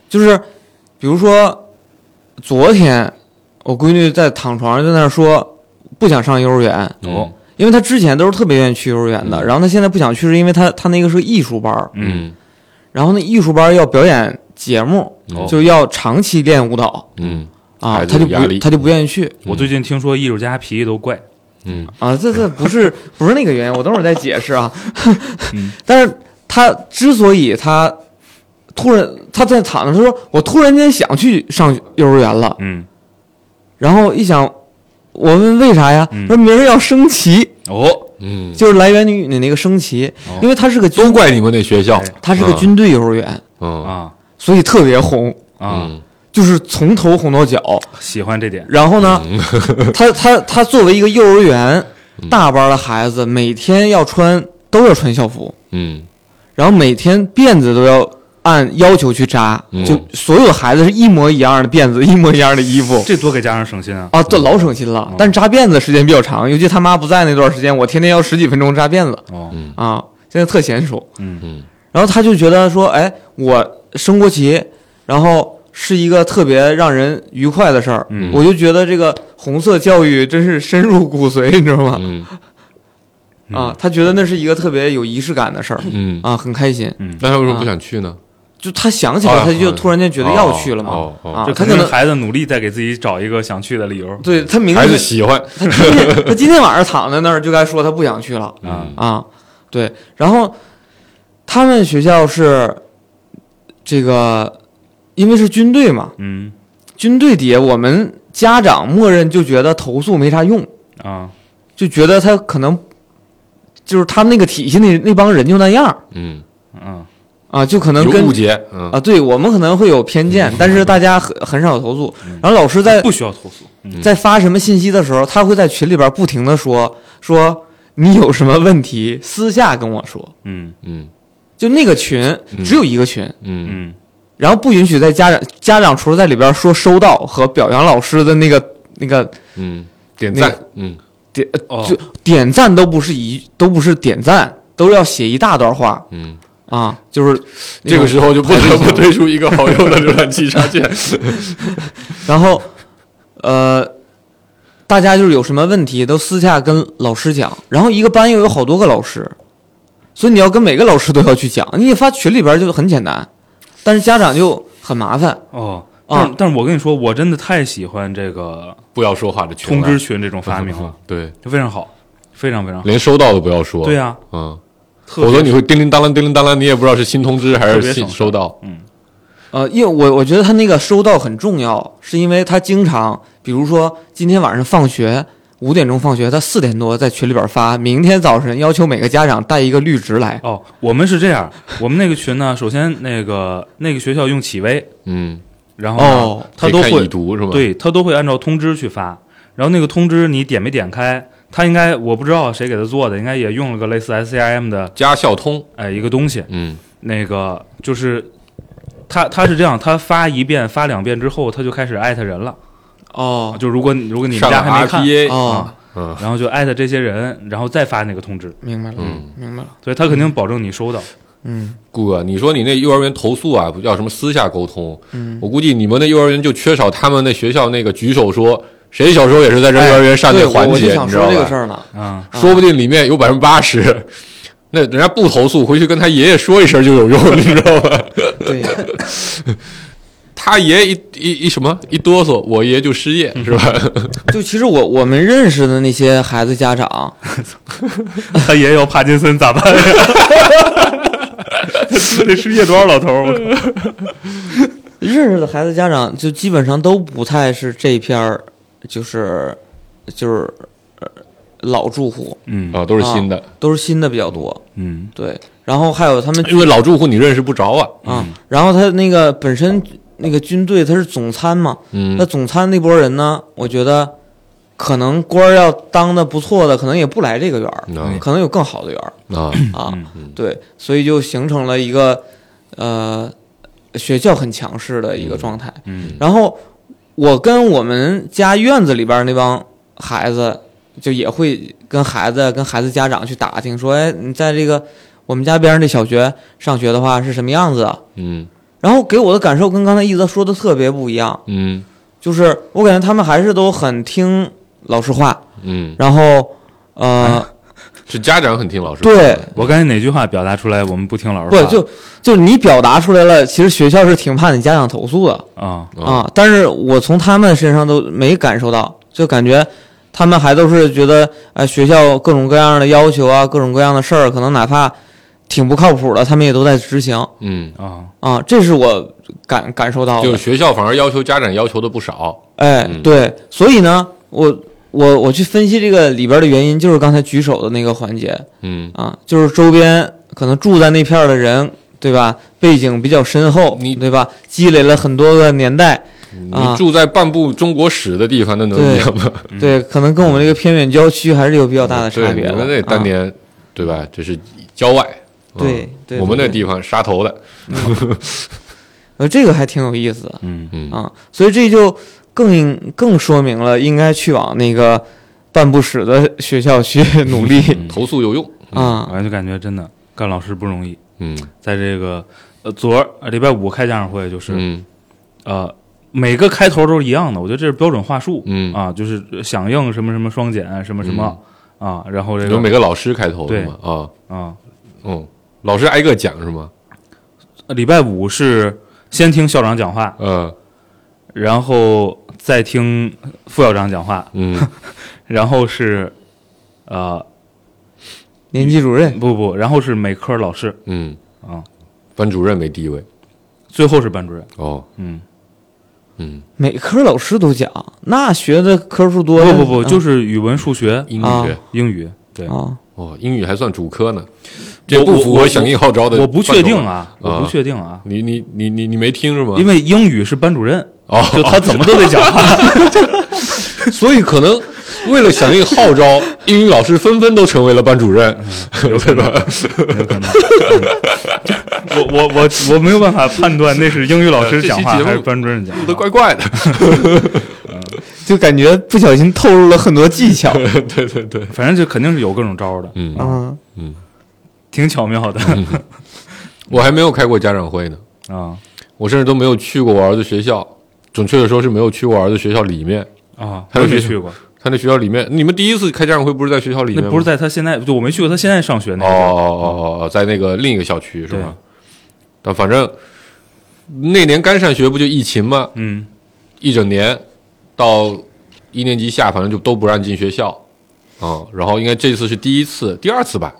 Speaker 4: 就是比如说，昨天我闺女在躺床上在那儿说不想上幼儿园，
Speaker 6: 嗯
Speaker 5: 哦，
Speaker 4: 因为她之前都是特别愿意去幼儿园的，然后她现在不想去，是因为她她那个是个艺术班儿，
Speaker 5: 嗯，
Speaker 4: 然后那艺术班儿要表演节目，
Speaker 6: 哦
Speaker 4: 就要长期练舞蹈
Speaker 6: 嗯
Speaker 4: 啊，
Speaker 6: 孩子
Speaker 4: 她就
Speaker 6: 有压
Speaker 4: 不
Speaker 6: 力
Speaker 4: 她就不愿意去。
Speaker 5: 我最近听说艺术家脾气都怪，
Speaker 6: 嗯
Speaker 4: 啊，这这不 是不是那个原因，我等会儿再解释啊。
Speaker 6: 嗯
Speaker 4: 但是他之所以他突然他在躺着，他说我突然间想去上幼儿园了，
Speaker 5: 嗯，
Speaker 4: 然后一想，我问为啥呀？
Speaker 5: 嗯
Speaker 4: 说明儿要升旗，
Speaker 5: 哦，
Speaker 6: 嗯，
Speaker 4: 就是来源于你那个升旗，因为他是个
Speaker 6: 哦都
Speaker 4: 军，
Speaker 6: 怪你们那学校
Speaker 5: 哎，
Speaker 4: 他是个军队幼儿园，
Speaker 6: 嗯，嗯
Speaker 5: 啊
Speaker 4: 所以特别红，
Speaker 5: 啊，
Speaker 6: 嗯
Speaker 4: 就是从头红到脚。
Speaker 5: 喜欢这点，
Speaker 4: 然后呢，他他他作为一个幼儿园大班的孩子，每天要穿都要穿校服。
Speaker 6: 嗯
Speaker 4: 然后每天辫子都要按要求去扎，
Speaker 6: 嗯
Speaker 4: 就所有的孩子是一模一样的辫子，一模一样的衣 服。
Speaker 5: 这多给家长省心啊，
Speaker 4: 啊，这老省心了，但是扎辫子时间比较长，尤其他妈不在那段时间，我天天要十几分钟扎辫子
Speaker 5: 哦，
Speaker 4: 啊，现在特娴熟。
Speaker 6: 嗯
Speaker 4: 然后他就觉得说，哎，我升国旗，然后是一个特别让人愉快的事儿，
Speaker 5: 嗯
Speaker 4: 我就觉得这个红色教育真是深入骨髓，你知道吗？
Speaker 6: 嗯
Speaker 4: 啊，他觉得那是一个特别有仪式感的事儿
Speaker 6: 嗯，
Speaker 4: 啊，很开心。
Speaker 5: 嗯，
Speaker 6: 那他为什么不想去呢？
Speaker 4: 就他想起来，
Speaker 6: 哦
Speaker 4: 他就突然间觉得要去了嘛
Speaker 6: 哦哦哦
Speaker 4: 啊
Speaker 5: 这，
Speaker 4: 他
Speaker 5: 肯
Speaker 4: 可
Speaker 5: 定是
Speaker 4: 能
Speaker 5: 孩子努力在给自己找一个想去的理
Speaker 6: 哦
Speaker 5: 由
Speaker 4: 对他明
Speaker 6: 还是
Speaker 4: 天
Speaker 6: 喜欢，
Speaker 4: 他今 天他今天晚上躺在那儿就该说他不想去了
Speaker 5: 啊
Speaker 6: 嗯
Speaker 4: 啊，对，然后他们学校是这个，因为是军队嘛，
Speaker 5: 嗯
Speaker 4: 军队底下我们家长默认就觉得投诉没啥用，
Speaker 5: 啊
Speaker 4: 就觉得他可能就是他们那个体系那那帮人就那样儿
Speaker 6: 嗯，
Speaker 5: 嗯，
Speaker 4: 啊，就可能
Speaker 6: 有
Speaker 4: 跟
Speaker 6: 误解，嗯
Speaker 4: 啊，对我们可能会有偏见，但是大家很很少有投诉。
Speaker 6: 嗯
Speaker 4: 然后老师在
Speaker 5: 不需要投诉。嗯
Speaker 4: 在发什么信息的时候，他会在群里边不停的说说你有什么问题，私下跟我说。
Speaker 5: 嗯
Speaker 6: 嗯
Speaker 4: 就那个群只有一个群，
Speaker 6: 嗯
Speaker 5: 嗯
Speaker 4: 然后不允许在家长家长除了在里边说收到和表扬老师的那个那个
Speaker 6: 嗯，点赞，嗯
Speaker 4: 点，呃
Speaker 5: 哦
Speaker 4: 就点赞都不是一都不是点赞，都要写一大段话
Speaker 6: 嗯，
Speaker 4: 啊，就是那
Speaker 6: 这个
Speaker 4: 种
Speaker 6: 时候就不得不推出一个好用的浏览器 插件，
Speaker 4: 然后，呃，大家就是有什么问题都私下跟老师讲，然后一个班又有好多个老师，所以你要跟每个老师都要去讲，你发群里边就很简单，但是家长就很麻烦。
Speaker 5: 哦，
Speaker 4: 啊
Speaker 5: 但但是我跟你说，我真的太喜欢这个
Speaker 6: 不要说话的群
Speaker 5: 通
Speaker 6: 了
Speaker 5: 知群这种发明了，，
Speaker 6: 对，
Speaker 5: 就非常好，非常非常好。
Speaker 6: 连收到都不要说，
Speaker 5: 对啊呀，
Speaker 6: 嗯，
Speaker 5: 特
Speaker 6: 否
Speaker 5: 别
Speaker 6: 则你会叮铃当啷叮铃当啷，你也不知道是新通知还
Speaker 5: 特
Speaker 6: 是
Speaker 5: 别
Speaker 6: 新
Speaker 5: 省事
Speaker 6: 收到，
Speaker 5: 嗯
Speaker 4: 呃，因为我我觉得他那个收到很重要，是因为他经常，比如说今天晚上放学五点钟放学，他四点多在群里边发，明天早晨要求每个家长带一个绿植来。
Speaker 5: 哦，我们是这样，我们那个群呢，首先那个那个学校用企微，
Speaker 6: 嗯，
Speaker 5: 然后呢
Speaker 4: 哦，
Speaker 5: 他
Speaker 6: 可以
Speaker 5: 都
Speaker 6: 看
Speaker 5: 会
Speaker 6: 已读是吧？，
Speaker 5: 对他都会按照通知去发，然后那个通知你点没点开，他应该我不知道谁给他做的，应该也用了个类似 SCIM 的
Speaker 6: 加校通，
Speaker 5: 呃一个东西，
Speaker 6: 嗯
Speaker 5: 那个就是他他是这样，他发一遍发两遍之后，他就开始艾特人了，
Speaker 4: 哦
Speaker 5: 就如果如果你们
Speaker 6: 上
Speaker 5: 家还没
Speaker 6: 了
Speaker 5: 看
Speaker 6: RPA，
Speaker 4: 哦，
Speaker 6: 嗯
Speaker 5: 然后就艾特这些人，然后再发那个通知，
Speaker 4: 明白了，
Speaker 6: 嗯
Speaker 4: 明白了，
Speaker 5: 所以他肯定保证你收到。
Speaker 4: 嗯
Speaker 6: 顾哥，你说你那幼儿园投诉啊，不叫什么私下沟通，
Speaker 4: 嗯。
Speaker 6: 我估计你们那幼儿园就缺少他们那学校那个举手说谁小时候也是在这
Speaker 5: 哎
Speaker 6: 幼儿园上
Speaker 4: 对
Speaker 6: 那
Speaker 4: 我
Speaker 6: 环
Speaker 4: 我就
Speaker 6: 节，
Speaker 4: 想
Speaker 6: 你知
Speaker 4: 说
Speaker 6: 道
Speaker 4: 这个事
Speaker 6: 吧？
Speaker 4: 儿呢。
Speaker 5: 嗯，
Speaker 6: 说不定里面有百分之八十，那人家不投诉，回去跟他爷爷说一声就有用，你知 道吧？
Speaker 4: 对，
Speaker 6: 他爷一一一什么一哆嗦，我爷就失业，是吧？
Speaker 4: 就其实我我们认识的那些孩子家长，
Speaker 5: 他爷要帕金森咋办呀？他得失业多少老头儿？我靠！
Speaker 4: 认识的孩子家长就基本上都不太是这片儿，就是就是、呃老住户，
Speaker 5: 嗯
Speaker 6: 啊，都是新的，
Speaker 4: 都是新的比较多。
Speaker 5: 嗯
Speaker 4: 对，然后还有他们
Speaker 6: 因为老住户你认识不着啊。
Speaker 4: 啊，
Speaker 5: 嗯
Speaker 4: 然后他那个本身那个军队他是总参嘛，
Speaker 6: 嗯
Speaker 4: 那，总参那波人呢，我觉得可能官儿要当的不错的，可能也不来这个园儿，
Speaker 6: 嗯
Speaker 4: 可能有更好的园儿。
Speaker 6: 啊，
Speaker 4: 啊
Speaker 5: 嗯，
Speaker 4: 对，所以就形成了一个呃学校很强势的一个状态。
Speaker 5: 嗯
Speaker 4: 然后我跟我们家院子里边那帮孩子，就也会跟孩子跟孩子家长去打听，说，哎，你在这个我们家边上这小学上学的话是什么样子啊？
Speaker 6: 嗯
Speaker 4: 然后给我的感受跟刚才一泽说的特别不一样，
Speaker 6: 嗯
Speaker 4: 就是我感觉他们还是都很听老师话，
Speaker 6: 嗯，
Speaker 4: 然后
Speaker 5: 哎
Speaker 4: 呃，
Speaker 6: 是家长很听老师的，
Speaker 4: 对，
Speaker 5: 我刚才哪句话表达出来？我们不听老师
Speaker 4: 不
Speaker 5: 话。
Speaker 4: 就就你表达出来了，其实学校是挺怕你家长投诉的
Speaker 5: 啊，
Speaker 6: 啊
Speaker 4: 啊，但是我从他们身上都没感受到，就感觉他们还都是觉得呃学校各种各样的要求啊，各种各样的事儿，可能哪怕挺不靠谱的，他们也都在执行
Speaker 6: 嗯，
Speaker 5: 啊，
Speaker 4: 啊，这是我感感受到
Speaker 6: 就是
Speaker 4: 的。
Speaker 6: 学校反而要求家长要求的不少，
Speaker 4: 哎
Speaker 6: 嗯，
Speaker 4: 对，所以呢，我我我去分析这个里边的原因，就是刚才举手的那个环节，
Speaker 6: 嗯，
Speaker 4: 啊，就是周边可能住在那片儿的人，对吧？背景比较深厚，
Speaker 6: 你
Speaker 4: 对吧？积累了很多个年代，
Speaker 6: 你
Speaker 4: 啊
Speaker 6: 住在半部中国史的地方，那能一样吗？
Speaker 4: 对，可能跟我们这个偏远郊区还是有比较大的
Speaker 6: 对，
Speaker 4: 差
Speaker 6: 你
Speaker 4: 别的。
Speaker 6: 们那当
Speaker 4: 啊、
Speaker 6: 年、对吧？这是郊外，嗯
Speaker 4: 对对
Speaker 6: 我们那
Speaker 4: 对
Speaker 6: 地方杀头的，
Speaker 4: 呃，这个还挺有意思的
Speaker 5: 嗯
Speaker 6: 嗯
Speaker 4: 啊，所以这就更更说明了应该去往那个办不史的学校去努
Speaker 5: 嗯
Speaker 4: 力
Speaker 6: 投诉有用，
Speaker 4: 啊。
Speaker 5: 我就感觉真的干老师不容易。
Speaker 6: 嗯
Speaker 5: 在这个呃，昨儿呃礼拜五开家长会，就是、
Speaker 6: 嗯
Speaker 5: 呃，每个开头都是一样的，我觉得这是标准话术、
Speaker 6: 嗯，
Speaker 5: 啊，就是响应什么什么双减什么什么、啊，然后这
Speaker 6: 由每
Speaker 5: 个
Speaker 6: 个老师开头是吗？啊，
Speaker 5: 啊，
Speaker 6: 嗯，老师挨个讲是吗？
Speaker 5: 呃礼拜五是先听校长讲话，
Speaker 6: 呃
Speaker 5: 然后再听副校长讲话，
Speaker 6: 嗯
Speaker 5: 然后是呃
Speaker 4: 年级主任，
Speaker 5: 不不，然后是每科老师，
Speaker 6: 嗯
Speaker 5: 啊，
Speaker 6: 班主任没地位
Speaker 5: 最后是班主任，
Speaker 6: 哦，
Speaker 5: 嗯，
Speaker 6: 嗯，
Speaker 5: 啊
Speaker 4: 每科老师都讲，那学的科数多
Speaker 5: 不
Speaker 4: 呀。
Speaker 5: 不不，就是是语文、数学、
Speaker 6: 英语
Speaker 4: 啊
Speaker 6: 学
Speaker 5: 英语，对
Speaker 4: 啊，
Speaker 6: 哦，英语还算主科呢，这
Speaker 5: 我
Speaker 6: 不符
Speaker 5: 我
Speaker 6: 合响应号召的
Speaker 5: 我不确定
Speaker 6: 范畴
Speaker 5: 啊，我不确定啊，
Speaker 6: 你你你你你没听是吗？
Speaker 5: 因为英语是班主任，
Speaker 6: 哦，
Speaker 5: 就他怎么都得讲啊话。
Speaker 6: 所以可能为了响应号召，英语老师纷纷都成为了班主任，对吧？
Speaker 5: 我我我我没有办法判断那是英语老师讲话
Speaker 6: 这期节目
Speaker 5: 还是班主任讲
Speaker 6: 都
Speaker 5: 话。
Speaker 6: 怪怪的。
Speaker 4: 就感觉不小心透露了很多技 巧
Speaker 6: 对对对，
Speaker 5: 反正就肯定是有各种招儿的，
Speaker 6: 嗯，
Speaker 4: 啊。
Speaker 5: 挺巧妙的
Speaker 6: 我还没有开过家长会呢，
Speaker 5: 啊
Speaker 6: 我甚至都没有去过我儿子学校，准确的说是没有去过我儿子学校里面。
Speaker 5: 啊！
Speaker 6: 还
Speaker 5: 我
Speaker 6: 有
Speaker 5: 也没
Speaker 6: 学
Speaker 5: 去过，
Speaker 6: 他那学校里面，你们第一次开家长会不是在学校里面
Speaker 5: 那
Speaker 6: 吗？
Speaker 5: 不是在他现在，就我没去过他现在上学那
Speaker 6: 哦
Speaker 5: 个地儿。
Speaker 6: 哦哦哦，在那个另一个校区是吧？但反正那年刚上学不就疫情吗？
Speaker 5: 嗯，
Speaker 6: 一整年到一年级下，反正就都不让进学校啊、然后应该这次是第一次、第二次吧，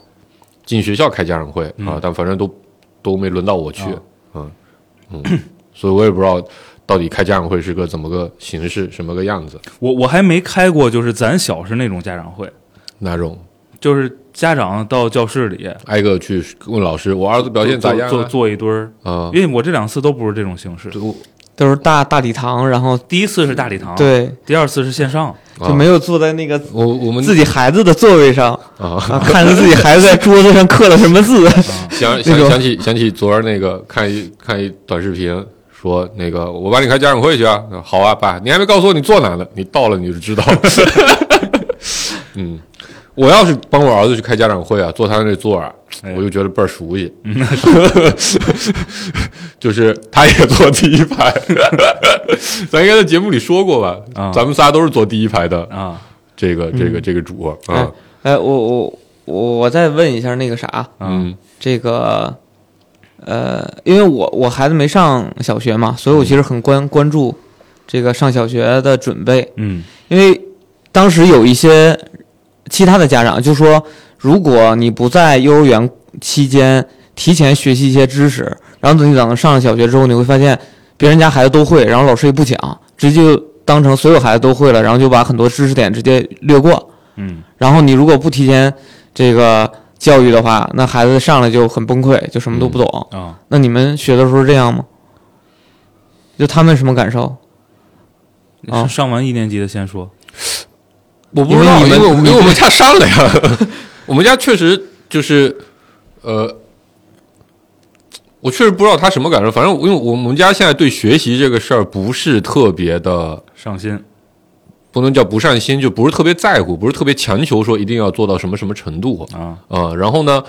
Speaker 6: 进学校开家长会啊、
Speaker 4: 嗯
Speaker 6: 但反正都都没轮到我去
Speaker 5: 啊
Speaker 4: 哦
Speaker 6: 啊、嗯，所以我也不知道到底开家长会是个怎么个形式、什么个样子。
Speaker 5: 我我还没开过，就是咱小时候那种家长会，
Speaker 6: 那种
Speaker 5: 就是家长到教室里
Speaker 6: 挨个去问老师，我儿子表现咋
Speaker 5: 坐
Speaker 6: 样
Speaker 5: 坐坐一堆儿，
Speaker 6: 啊？啊
Speaker 5: 因为我这两次都不是这种形式，
Speaker 4: 都是大大礼堂，然后
Speaker 5: 第一次是大礼堂，，
Speaker 4: 对，
Speaker 5: 第二次是线上，
Speaker 4: 就没有坐在那个
Speaker 6: 我我们
Speaker 4: 自己孩子的座位上，
Speaker 6: 啊，
Speaker 4: 啊看着自己孩子在桌子上刻了什么 字，
Speaker 6: 想
Speaker 4: 那
Speaker 6: 想
Speaker 4: 种
Speaker 6: 想起想起昨儿那个看一看一短视频，说那个我把你开家长会去啊，好啊，爸，你还没告诉我你坐哪呢，你到了你就知道了。 嗯，我要是帮我儿子去开家长会啊，坐他那座儿啊，
Speaker 5: 哎
Speaker 6: 我就觉得倍儿熟悉， 就是他也坐第一排， 咱应该在节目里说过吧？
Speaker 5: 啊
Speaker 6: 咱们仨都是坐第一排的，
Speaker 5: 啊，
Speaker 6: 这个这个这个主啊，
Speaker 4: 哎哎，我我我我再问一下那个啥，
Speaker 6: 嗯
Speaker 4: 这个呃，因为我我孩子没上小学嘛，所以我其实很关关注这个上小学的准备，
Speaker 5: 嗯
Speaker 4: 因为当时有一些其他的家长就说，如果你不在幼儿园期间提前学习一些知识，然后等你等上了小学之后，你会发现别人家孩子都会，然后老师也不讲，直接就当成所有孩子都会了，然后就把很多知识点直接略过。
Speaker 5: 嗯
Speaker 4: 然后你如果不提前这个教育的话，那孩子上来就很崩溃，就什么都不懂。
Speaker 5: 啊，
Speaker 4: 那你们学的时候是这样吗？就他们什么感受？啊
Speaker 5: 上完一年级的先说，
Speaker 6: 我
Speaker 4: 不知道
Speaker 6: 因为
Speaker 4: 因
Speaker 6: 我
Speaker 4: 为
Speaker 6: 们因为我们家删了呀， 我们家确实就是，呃，我确实不知道他什么感受，反正我因为我们家现在对学习这个事儿不是特别的，
Speaker 5: 上心，
Speaker 6: 不能叫不上心，就不是特别在乎，不是特别强求说一定要做到什么什么程度
Speaker 5: 啊
Speaker 6: 啊、然后呢，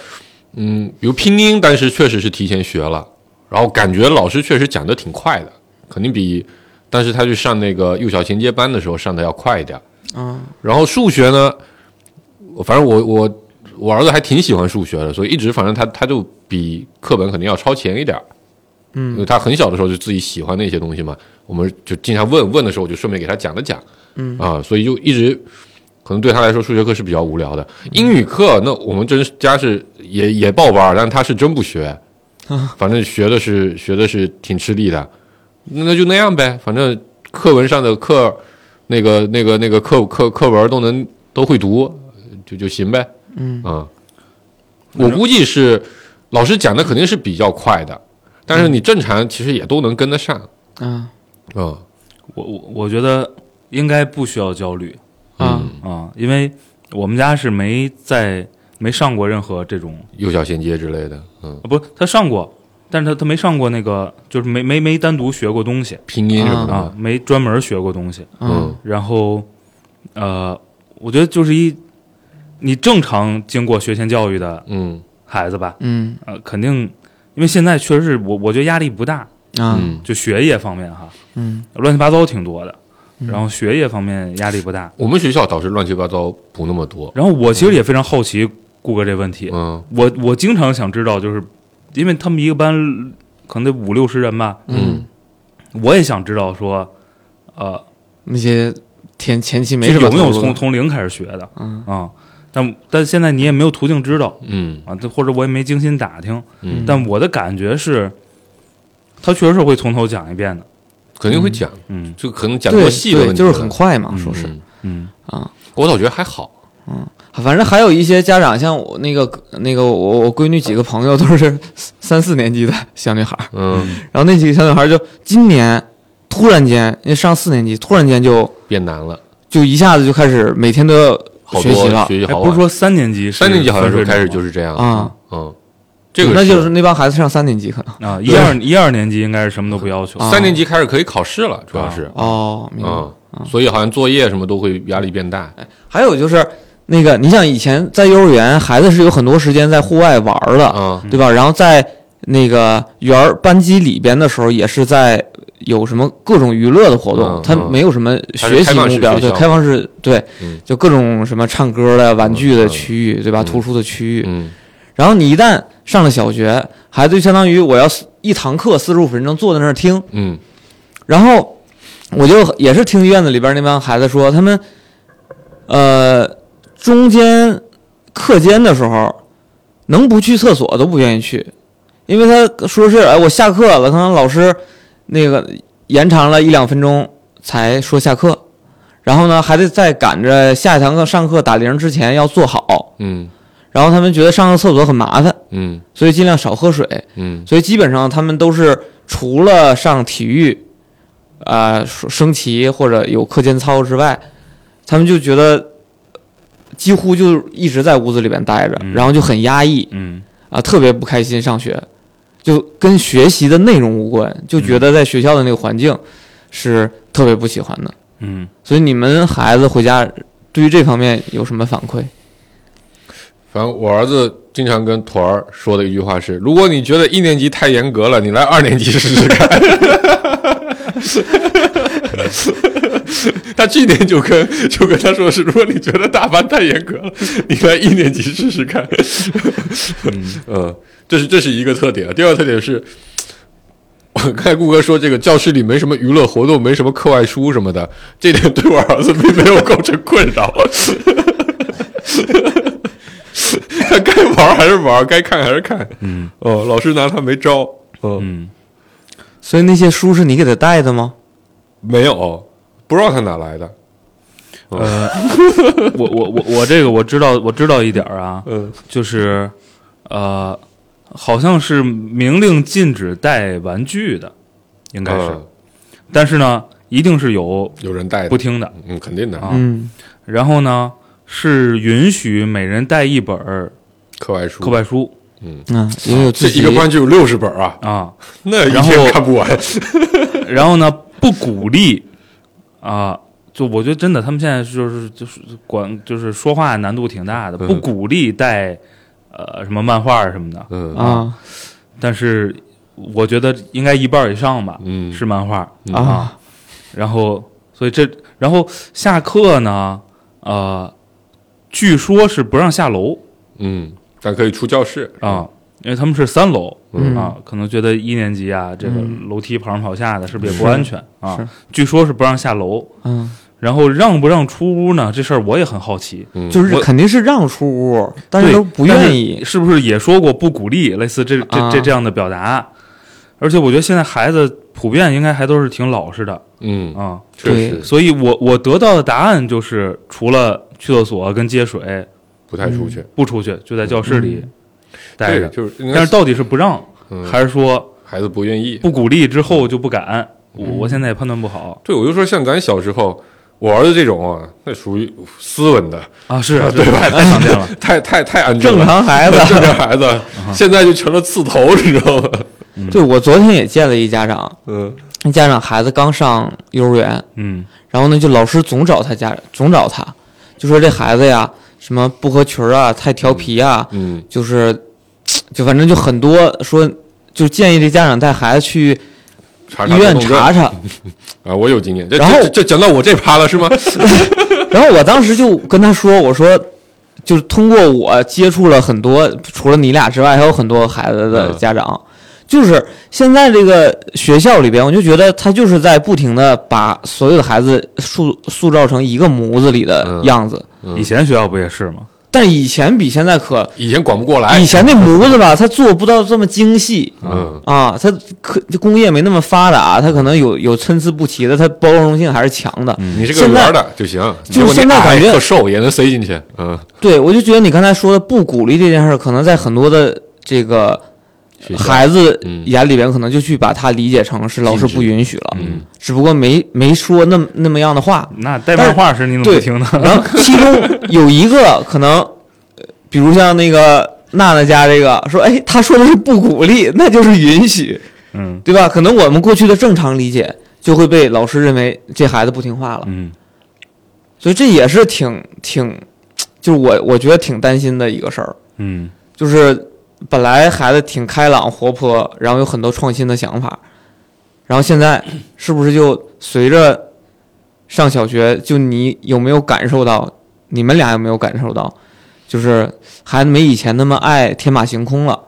Speaker 6: 嗯，比如拼音，当时确实是提前学了，然后感觉老师确实讲的挺快的，肯定比当时他去上那个幼小衔接班的时候上的要快一点。
Speaker 4: 啊
Speaker 6: 然后数学呢，我反正我我我儿子还挺喜欢数学的，所以一直反正他他就比课本肯定要超前一点儿，因为
Speaker 4: 嗯
Speaker 6: 他很小的时候就自己喜欢那些东西嘛，我们就经常问问的时候，我就顺便给他讲了讲，
Speaker 4: 嗯
Speaker 6: 啊，所以就一直可能对他来说数学课是比较无聊的，英语课那我们真是家是也也报班儿，但他是真 不学，反正学的是学的是挺吃力的，那就那样呗，反正课文上的课那个那个那个课课课文都能都会读就就行呗，
Speaker 4: 嗯
Speaker 6: 啊，我估计是老师讲的肯定是比较快的，但是你正常其实也都能跟得上
Speaker 4: 啊
Speaker 6: 啊
Speaker 5: 我我我觉得应该不需要焦虑
Speaker 4: 啊！
Speaker 5: 啊，因为我们家是没在没上过任何这种
Speaker 6: 幼小衔接之类的，嗯，
Speaker 5: 啊，不，他上过，但是他他没上过那个，就是没没没单独学过东西
Speaker 6: 拼音什么的，
Speaker 5: 啊，没专门学过东西。
Speaker 6: 嗯，
Speaker 5: 然后，呃，我觉得就是一，你正常经过学前教育的
Speaker 6: 嗯
Speaker 5: 孩子吧，
Speaker 4: 嗯
Speaker 5: 呃，肯定，因为现在确实是我我觉得压力不大，
Speaker 4: 啊
Speaker 6: 嗯，
Speaker 5: 就学业方面哈，呃
Speaker 4: 嗯
Speaker 5: 乱七八糟挺多的，然后学业方面压力不大。
Speaker 6: 我们学校倒是乱七八糟不那么多，
Speaker 5: 然后我其实也非常好奇顾哥这问题，
Speaker 6: 嗯
Speaker 5: 我我经常想知道，就是因为他们一个班可能得五六十人吧，
Speaker 6: 嗯，
Speaker 5: 我也想知道说，呃，
Speaker 4: 那些前前期没
Speaker 5: 这
Speaker 4: 什
Speaker 5: 有
Speaker 4: 么
Speaker 5: 没有
Speaker 4: 投入
Speaker 5: 从从零开始学的
Speaker 4: 嗯
Speaker 5: 啊？但但现在你也没有途径知道
Speaker 6: 嗯
Speaker 5: 啊，这或者我也没精心打听。
Speaker 6: 嗯
Speaker 5: 但我的感觉是，他确实是会从头讲一遍的。
Speaker 6: 肯定会讲，
Speaker 5: 嗯
Speaker 6: 就可能讲多
Speaker 4: 对
Speaker 6: 细的问
Speaker 4: 对，
Speaker 6: 题，
Speaker 4: 就是很，快嘛，
Speaker 6: 嗯
Speaker 4: 说是
Speaker 6: 嗯
Speaker 5: 嗯
Speaker 4: 啊
Speaker 6: 我倒觉得还好，
Speaker 4: 反正还有一些家长，像我那个那个我我闺女几个朋友都是三四年级的小女孩儿，
Speaker 6: 嗯，
Speaker 4: 然后那几个小女孩儿就今年突然间，那上四年级突然间就
Speaker 6: 变难了，
Speaker 4: 就一下子就开始每天都要
Speaker 6: 好
Speaker 4: 学
Speaker 6: 多
Speaker 4: 习了
Speaker 6: 学习
Speaker 5: 哎，
Speaker 6: 好
Speaker 5: 不是
Speaker 6: 晚，
Speaker 5: 说三年级是
Speaker 6: 三年级好
Speaker 5: 分
Speaker 6: 像是
Speaker 5: 水
Speaker 6: 开始
Speaker 5: 岭
Speaker 6: 就是这样
Speaker 4: 啊，
Speaker 6: 嗯，这个
Speaker 4: 那就是那帮孩子上三年级可能
Speaker 5: 啊，一二一二年级应该是什么都不要求，
Speaker 4: 啊
Speaker 6: 三年级开始可以考试了，主要是
Speaker 4: 哦，明白。
Speaker 6: 嗯，所以好像作业什么都会压力变大，
Speaker 4: 还有就是那个，你像以前在幼儿园，孩子是有很多时间在户外玩儿的，
Speaker 6: 嗯
Speaker 4: 对吧？然后在那个园儿班级里边的时候，也是在有什么各种娱乐的活动，
Speaker 6: 嗯
Speaker 4: 它
Speaker 6: 嗯
Speaker 4: 没有什么学习目标，
Speaker 6: 它
Speaker 4: 对，
Speaker 6: 是开放式学校
Speaker 4: 开放式，对，
Speaker 6: 嗯
Speaker 4: 就各种什么唱歌的、玩具的
Speaker 6: 嗯
Speaker 4: 区域，对吧？图书的区域。
Speaker 6: 嗯
Speaker 4: 然后你一旦上了小学，孩子就相当于我要一堂课四十五分钟坐在那儿听，
Speaker 6: 嗯
Speaker 4: 然后我就也是听院子里边那帮孩子说，他们呃中间课间的时候能不去厕所都不愿意去，因为他说是哎我下课了，可能老师那个延长了一两分钟才说下课，然后呢还得在赶着下一堂课上课打铃之前要做好，
Speaker 6: 嗯
Speaker 4: 然后他们觉得上个厕所很麻烦，
Speaker 6: 嗯
Speaker 4: 所以尽量少喝水。
Speaker 6: 嗯
Speaker 4: 所以基本上他们都是除了上体育，啊、升旗或者有课间操之外，他们就觉得几乎就一直在屋子里边待着，
Speaker 5: 嗯
Speaker 4: 然后就很压抑
Speaker 5: 嗯，
Speaker 4: 啊，特别不开心上学，就跟学习的内容无关，就觉得在学校的那个环境是特别不喜欢的。
Speaker 5: 嗯，
Speaker 4: 所以你们孩子回家对于这方面有什么反馈？
Speaker 6: 反正我儿子经常跟团儿说的一句话是：如果你觉得一年级太严格了，你来二年级试试看。他去年就跟就跟他说的是，如果你觉得大班太严格了， 你来一年级试试看。 嗯，这是这是一个特点。啊第二个特点是， 我刚才顾哥说这个教室里没什么娱乐活动，没什么课外书什么的，这点对我儿子并没有构成困扰。啊 他该玩还是玩，该看还是看。嗯，哦，老师拿他没招。嗯，
Speaker 5: 嗯，
Speaker 4: 所以那些书是你给他带的吗？
Speaker 6: 没有，不知道他哪来的。
Speaker 5: 呃，我我我我这个我知道我知道一点儿啊，
Speaker 6: 嗯
Speaker 5: 就是呃，好像是明令禁止带玩具的，应该是，
Speaker 6: 嗯
Speaker 5: 但是呢，一定是有
Speaker 6: 有人带
Speaker 5: 不
Speaker 6: 的，
Speaker 5: 听的，
Speaker 6: 嗯，肯定的
Speaker 5: 啊。
Speaker 4: 嗯，
Speaker 5: 然后呢，是允许每人带一本儿
Speaker 6: 课外书，
Speaker 5: 课外书
Speaker 4: 嗯，因为有
Speaker 6: 这
Speaker 4: 自己
Speaker 6: 一个班就有六十本啊，
Speaker 5: 啊，
Speaker 6: 那一
Speaker 5: 然后
Speaker 6: 天看不完。
Speaker 5: 啊然后呢，不鼓励啊、就我觉得真的，他们现在就是就是管就是说话难度挺大的，
Speaker 6: 嗯
Speaker 5: 不鼓励带呃什么漫画什么的，
Speaker 6: 嗯
Speaker 4: 啊
Speaker 5: 但是我觉得应该一半以上吧，
Speaker 6: 嗯
Speaker 5: 是漫画
Speaker 6: 嗯
Speaker 4: 啊，
Speaker 5: 然后所以这然后下课呢，呃，据说是不让下楼
Speaker 6: 嗯，但可以出教室
Speaker 5: 啊。。因为他们是三楼、
Speaker 4: 嗯
Speaker 5: 啊，可能觉得一年级啊，这个
Speaker 4: 嗯
Speaker 5: 楼梯跑上跑下的，是不是也不
Speaker 4: 是
Speaker 5: 安全
Speaker 4: 是
Speaker 5: 啊？据说是不让下楼，
Speaker 4: 嗯。
Speaker 5: 然后让不让出屋呢？这事儿我也很好奇，
Speaker 6: 嗯
Speaker 4: 就是
Speaker 5: 我
Speaker 4: 肯定是让出屋，但是
Speaker 5: 对
Speaker 4: 都不愿意
Speaker 5: 但。是是不是也说过不鼓励，类似这这这
Speaker 4: 啊
Speaker 5: 这样的表达？而且我觉得现在孩子普遍应该还都是挺老实的
Speaker 6: 嗯，
Speaker 5: 啊、
Speaker 6: 确
Speaker 4: 对
Speaker 6: 实
Speaker 5: 所以我我得到的答案就是，除了去厕所跟接水，
Speaker 6: 不太出去。
Speaker 5: 不出去就在教室
Speaker 4: 嗯
Speaker 5: 里嗯待
Speaker 6: 对，
Speaker 5: 着。
Speaker 6: 就是应
Speaker 5: 但
Speaker 6: 该
Speaker 5: 是到底是不让，
Speaker 6: 嗯
Speaker 5: 还是说
Speaker 6: 孩子不愿意。
Speaker 5: 不鼓励之后就不敢？我我现在也判断不好
Speaker 6: 对，我就说像咱小时候，我儿子这种啊，那属于斯文的，
Speaker 5: 啊，是 对吧？太常见了，
Speaker 6: 太太太安静
Speaker 4: 正
Speaker 6: 了。
Speaker 4: 常孩子，
Speaker 6: 正常孩子，现在就成了刺头，你知道吗？
Speaker 5: 嗯
Speaker 4: 对我昨天也见了一家长，
Speaker 6: 嗯
Speaker 4: 那家长孩子刚上幼儿园，
Speaker 5: 嗯
Speaker 4: 然后呢，就老师总找他家，总找他，就说这孩子呀，什么不合群儿啊，太调皮啊，
Speaker 6: 嗯
Speaker 4: 就是，就反正就很多说，就建议这家长带孩子去
Speaker 6: 查
Speaker 4: 医院查
Speaker 5: 嗯
Speaker 4: 查。
Speaker 6: 啊，我有经验。这
Speaker 4: 然后
Speaker 6: 这这讲到我这趴了是吗？
Speaker 4: 然后我当时就跟他说：“我说，就是通过我接触了很多，除了你俩之外，还有很多孩子的
Speaker 6: 嗯
Speaker 4: 家长，就是现在这个学校里边，我就觉得他就是在不停的把所有的孩子塑塑造成一个模子里的
Speaker 6: 嗯
Speaker 4: 样子。
Speaker 5: 以前学校不也是吗？
Speaker 4: 但以前比现在可，
Speaker 6: 以前管不过来，
Speaker 4: 以前那模子吧，它做不到这么精细
Speaker 6: 嗯
Speaker 4: 啊，它可工业没那么发达，它可能有有参差不齐的，它包容性还是强的。
Speaker 6: 你是个
Speaker 4: 现在
Speaker 6: 圆儿的就行，
Speaker 4: 就
Speaker 6: 结果你
Speaker 4: 嗯现在
Speaker 6: 矮
Speaker 4: 感觉
Speaker 6: 特瘦也能塞进去，嗯，
Speaker 4: 对，我就觉得你刚才说的不鼓励这件事儿，可能在很多的这个
Speaker 6: 学校
Speaker 4: 孩子
Speaker 6: 嗯
Speaker 4: 眼里边，可能就去把它理解成是老师
Speaker 6: 禁止
Speaker 4: 不允许了，
Speaker 6: 嗯
Speaker 4: 只不过没没说那么那么样的话。
Speaker 5: 那带
Speaker 4: 但是
Speaker 5: 漫画时你
Speaker 6: 嗯
Speaker 5: 怎么不
Speaker 4: 对
Speaker 5: 听 呢？
Speaker 4: 然后其中有一个可能，呃比如像那个娜娜家这个说，哎，他说的是不鼓励，那就是允许，
Speaker 5: 嗯
Speaker 4: 对吧？可能我们过去的正常理解就会被老师认为这孩子不听话了，
Speaker 5: 嗯，
Speaker 4: 所以这也是挺挺，就是我我觉得挺担心的一个事儿，
Speaker 5: 嗯，
Speaker 4: 就是本来孩子挺开朗活泼，然后有很多创新的想法，然后现在是不是就随着上小学，就你有没有感受到，你们俩有没有感受到，就是孩子没以前那么爱天马行空了？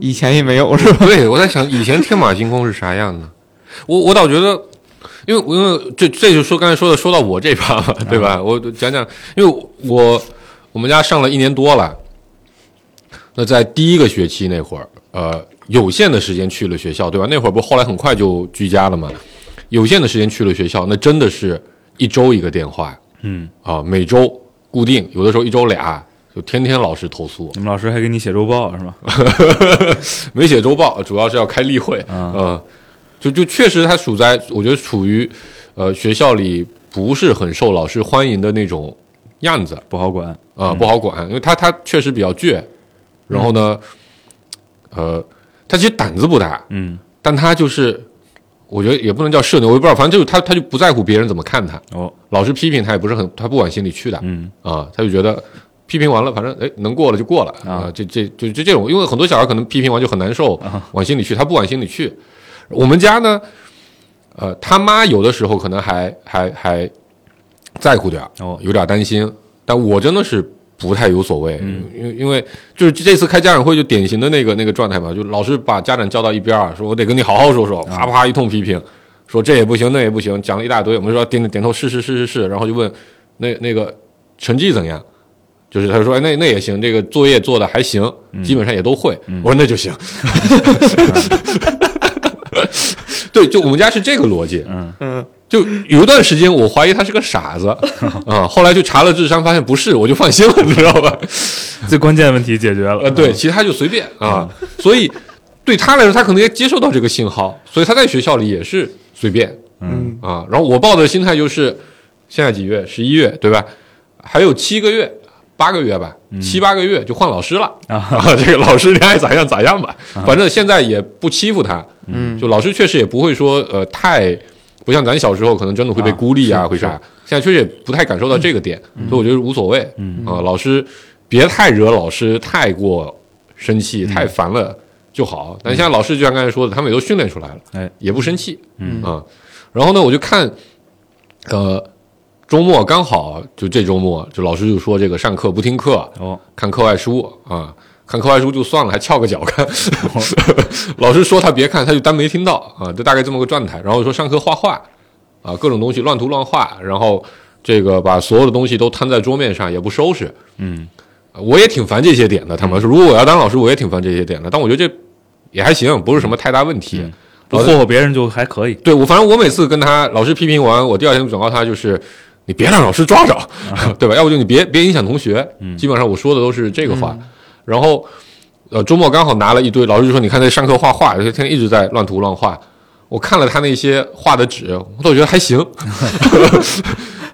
Speaker 4: 以前也没有是吧？
Speaker 6: 对，我在想以前天马行空是啥样的，我我倒觉得，因为我因为这这就说刚才说的说到我这趴
Speaker 4: 嗯
Speaker 6: 吧，对吧？我讲讲，因为我我们家上了一年多了，那在第一个学期那会儿，呃，有限的时间去了学校，对吧？那会儿不后来很快就居家了嘛，有限的时间去了学校，那真的是一周一个电话，
Speaker 5: 嗯，
Speaker 6: 啊，每周固定，有的时候一周俩，就天天老师投诉
Speaker 5: 你，们老师还给你写周报是吧？
Speaker 6: 没写周报，主要是要开例会，嗯、就就确实他处在，我觉得处于呃学校里不是很受老师欢迎的那种样子
Speaker 5: 不好管，
Speaker 6: 啊、不好管，因为他他确实比较倔，然后呢，呃，他其实胆子不大，
Speaker 5: 嗯，
Speaker 6: 但他就是我觉得也不能叫社牛，我也不知道，反正就是他他就不在乎别人怎么看他，
Speaker 5: 哦，
Speaker 6: 老师批评他也不是很，他不往心里去的，
Speaker 5: 嗯
Speaker 6: 啊，他就觉得批评完了，反正哎能过了就过了
Speaker 5: 啊
Speaker 6: 啊，这这就就这种，因为很多小孩可能批评完就很难受，
Speaker 5: 啊
Speaker 6: 往心里去，他不往心里去。我们家呢，呃，他妈有的时候可能还还还在乎点儿
Speaker 5: 哦
Speaker 6: 有点担心，但我真的是不太有所谓，
Speaker 5: 嗯
Speaker 6: 因为因为就是这次开家长会就典型的那个那个状态嘛，就老师把家长叫到一边儿，说我得跟你好好说说，啪啪一通批评，说这也不行那也不行，讲了一大堆，我们说点点点头是是是是是，然后就问那那个成绩怎样？就是他说，哎，那那也行，这个作业做的还行，基本上也都会。我说那就行。对，就我们家是这个逻辑。
Speaker 5: 嗯
Speaker 4: 嗯，
Speaker 6: 就有一段时间，我怀疑他是个傻子啊，后来就查了智商，发现不是，我就放心了，你知道吧？
Speaker 5: 最关键问题解决了。
Speaker 6: 呃，对，其他就随便啊。所以对他来说，他可能也接受到这个信号，所以他在学校里也是随便。
Speaker 5: 嗯，
Speaker 6: 啊，然后我抱的心态就是，现在几月？十一月，对吧？还有七个月、八个月吧，七八个月就换老师了
Speaker 5: 啊
Speaker 6: 啊！这个老师你爱咋样咋样吧，反正现在也不欺负他。
Speaker 4: 嗯，
Speaker 6: 就老师确实也不会说呃太，不像咱小时候可能真的会被孤立
Speaker 5: 啊
Speaker 6: 啊，
Speaker 5: 是
Speaker 6: 会啥。现在确实也不太感受到这个点，所以我觉得无所谓。嗯啊，老师别太惹老师太过生气，太烦了就好。但现在老师就像刚才说的，他们也都训练出来了，
Speaker 5: 嗯哎，
Speaker 6: 也不生气。
Speaker 5: 嗯
Speaker 6: 啊，然后呢，我就看，呃，周末刚好就这周末，就老师就说这个上课不听课，
Speaker 5: 哦，
Speaker 6: 看课外书啊，看课外书就算了，还翘个脚看。 老师说他别看，他就当没听到啊，就大概这么个状态。然后说上课画画啊，各种东西乱涂乱画，然后这个把所有的东西都摊在桌面上，也不收拾。
Speaker 5: 嗯
Speaker 6: 我也挺烦这些点的。坦白说，如果我要当老师，我也挺烦这些点的。但我觉得这也还行，不是什么太大问题。
Speaker 5: 嗯不霍霍别人就还可以。
Speaker 6: 对我，反正我每次跟他老师批评完，我第二天转告他就是，你别让老师抓着， 对吧？要不就你别别影响同学。基本上我说的都是这个话。然后，呃，周末刚好拿了一堆，老师就说你看在上课画画，有些天天一直在乱涂乱画。我看了他那些画的纸，我倒觉得还行，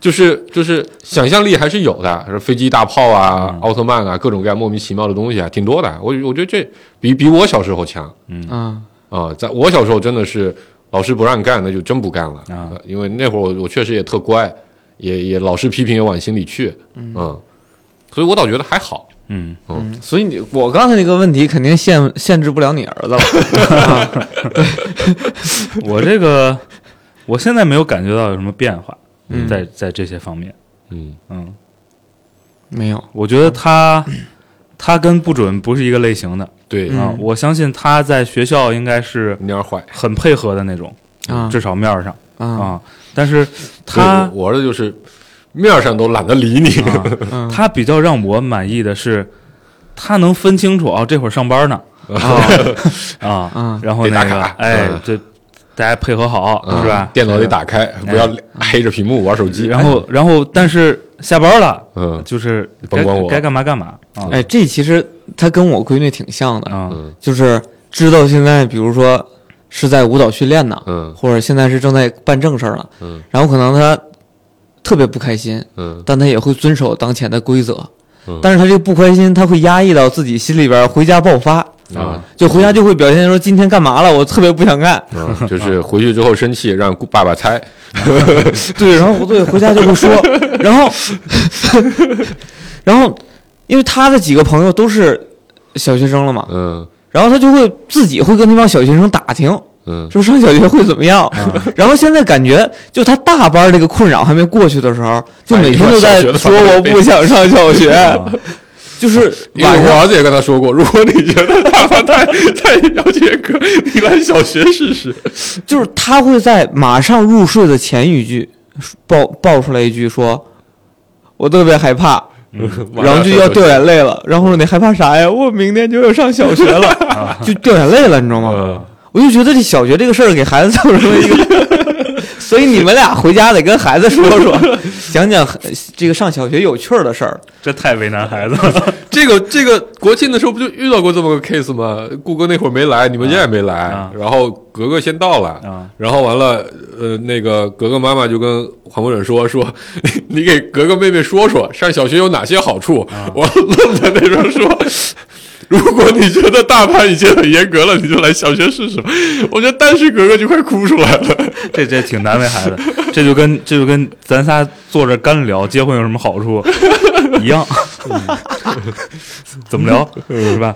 Speaker 6: 就是就是想象力还是有的，飞机、大炮啊、奥特曼啊，各种各样莫名其妙的东西啊，挺多的。我我觉得这比比我小时候强。
Speaker 4: 啊，
Speaker 6: 啊、在我小时候真的是老师不让干，那就真不干了
Speaker 5: 啊
Speaker 6: 呃因为那会儿我我确实也特乖，也也老师批评也往心里去，嗯所以我倒觉得还好。
Speaker 5: 嗯，
Speaker 4: 所以你我刚才那个问题肯定限限制不了你儿子了。
Speaker 5: 我这个我现在没有感觉到有什么变化，
Speaker 4: 嗯
Speaker 5: 在在这些方面，
Speaker 6: 嗯
Speaker 5: 嗯，
Speaker 4: 没有，
Speaker 5: 我觉得 他他跟不准不是一个类型的
Speaker 6: 对，
Speaker 4: 嗯
Speaker 5: 啊，我相信他在学校应该是
Speaker 6: 有点坏，
Speaker 5: 很配合的那种
Speaker 4: 啊
Speaker 5: 至少面儿上，
Speaker 4: 啊，
Speaker 5: 啊，但是他啊
Speaker 6: 对我我儿子就是面儿上都懒得理 你，
Speaker 4: 嗯
Speaker 5: 他比较让我满意的是，他能分清楚啊，这会儿上班呢 啊
Speaker 4: 嗯
Speaker 5: 然后那个
Speaker 6: 得打卡
Speaker 5: 哎
Speaker 6: 嗯，
Speaker 5: 这大家配合好
Speaker 4: 啊
Speaker 6: 嗯
Speaker 5: 是吧？哎
Speaker 6: 电脑得打开，不要黑着屏幕玩手机。
Speaker 5: 然后然后但是下班了，
Speaker 6: 嗯
Speaker 5: 就是
Speaker 6: 甭
Speaker 5: 该
Speaker 6: 管我
Speaker 5: 该干嘛干嘛啊
Speaker 4: 哎，这其实他跟我闺女挺像的，
Speaker 5: 啊
Speaker 6: 嗯
Speaker 4: 就是知道现在，比如说是在舞蹈训练呢，
Speaker 6: 嗯
Speaker 4: 或者现在是正在办正事儿呢，
Speaker 6: 嗯
Speaker 4: 然后可能他特别不开心，
Speaker 6: 嗯
Speaker 4: 但他也会遵守当前的规则
Speaker 6: 嗯。
Speaker 4: 但是他这个不开心，他会压抑到自己心里边儿，回家爆发，
Speaker 6: 啊
Speaker 4: 就回家就会表现说今天干嘛了，我特别不想干。
Speaker 6: 嗯，就是回去之后生气，让姑爸爸猜。
Speaker 4: 对，然后对回家就会说，然后，然后，因为他的几个朋友都是小学生了嘛，
Speaker 6: 嗯
Speaker 4: 然后他就会自己会跟那帮小学生打听，
Speaker 6: 嗯
Speaker 4: 说上小学会怎么样。 然后现在感觉，就他大班这个困扰还没过去的时候，就每天都在说我不想上哎小学， 就是
Speaker 6: 因为
Speaker 4: 晚
Speaker 6: 我
Speaker 4: 上
Speaker 6: 儿子也跟他说过，如果你觉得爸爸太 太了解哥，你来小学试试。
Speaker 4: 就是他会在马上入睡的前一句爆爆出来一句说，我特别害怕。
Speaker 5: 嗯
Speaker 4: 然后就要掉眼泪了，然后说你害怕啥呀？我明天就要上小学了， 就掉眼泪了，你知道吗？
Speaker 6: 嗯
Speaker 4: 我就觉得这小学这个事儿给孩子造成了一个， 所以你们俩回家得跟孩子说 说，讲讲这个上小学有趣儿的事儿。
Speaker 5: 这太为难孩子了。
Speaker 6: 这个这个国庆的时候不就遇到过这么个 case 吗？顾哥那会儿没来，你们家也没来，
Speaker 5: 啊
Speaker 6: 然后格格先到了，
Speaker 5: 啊
Speaker 6: 然后完了，呃，那个格格妈妈就跟黄博忍说说，你给格格妹妹说说上小学有哪些好处。我愣在那边说。如果你觉得大盘已经很严格了，你就来小学试试吧。我觉得当时格格就快哭出来了。
Speaker 5: 这这挺难为孩子，这就跟这就跟咱仨坐着干聊结婚有什么好处一样，怎么聊是吧？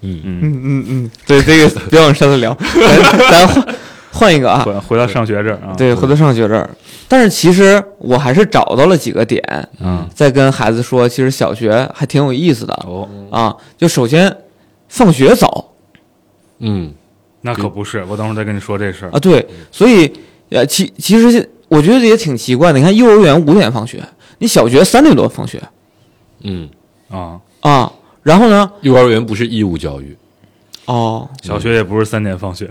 Speaker 4: 嗯嗯嗯，对这个别往深了聊， 咱咱换换一个啊。
Speaker 5: 回回到上学这儿啊，
Speaker 4: 对，回到上学这儿，但是其实我还是找到了几个点，
Speaker 5: 嗯，
Speaker 4: 再跟孩子说，其实小学还挺有意思的
Speaker 5: 哦，
Speaker 4: 啊。就首先放学早，
Speaker 6: 嗯，
Speaker 5: 那可不是，我等会儿再跟你说这事儿
Speaker 4: 啊，。对，所以呃，其其实现我觉得也挺奇怪的。你看，幼儿园五点放学，你小学三点多放学
Speaker 6: 嗯，
Speaker 5: 啊，
Speaker 4: 啊，然后呢，
Speaker 6: 幼儿园不是义务教育，
Speaker 4: 哦，
Speaker 5: 小学也不是三点放学，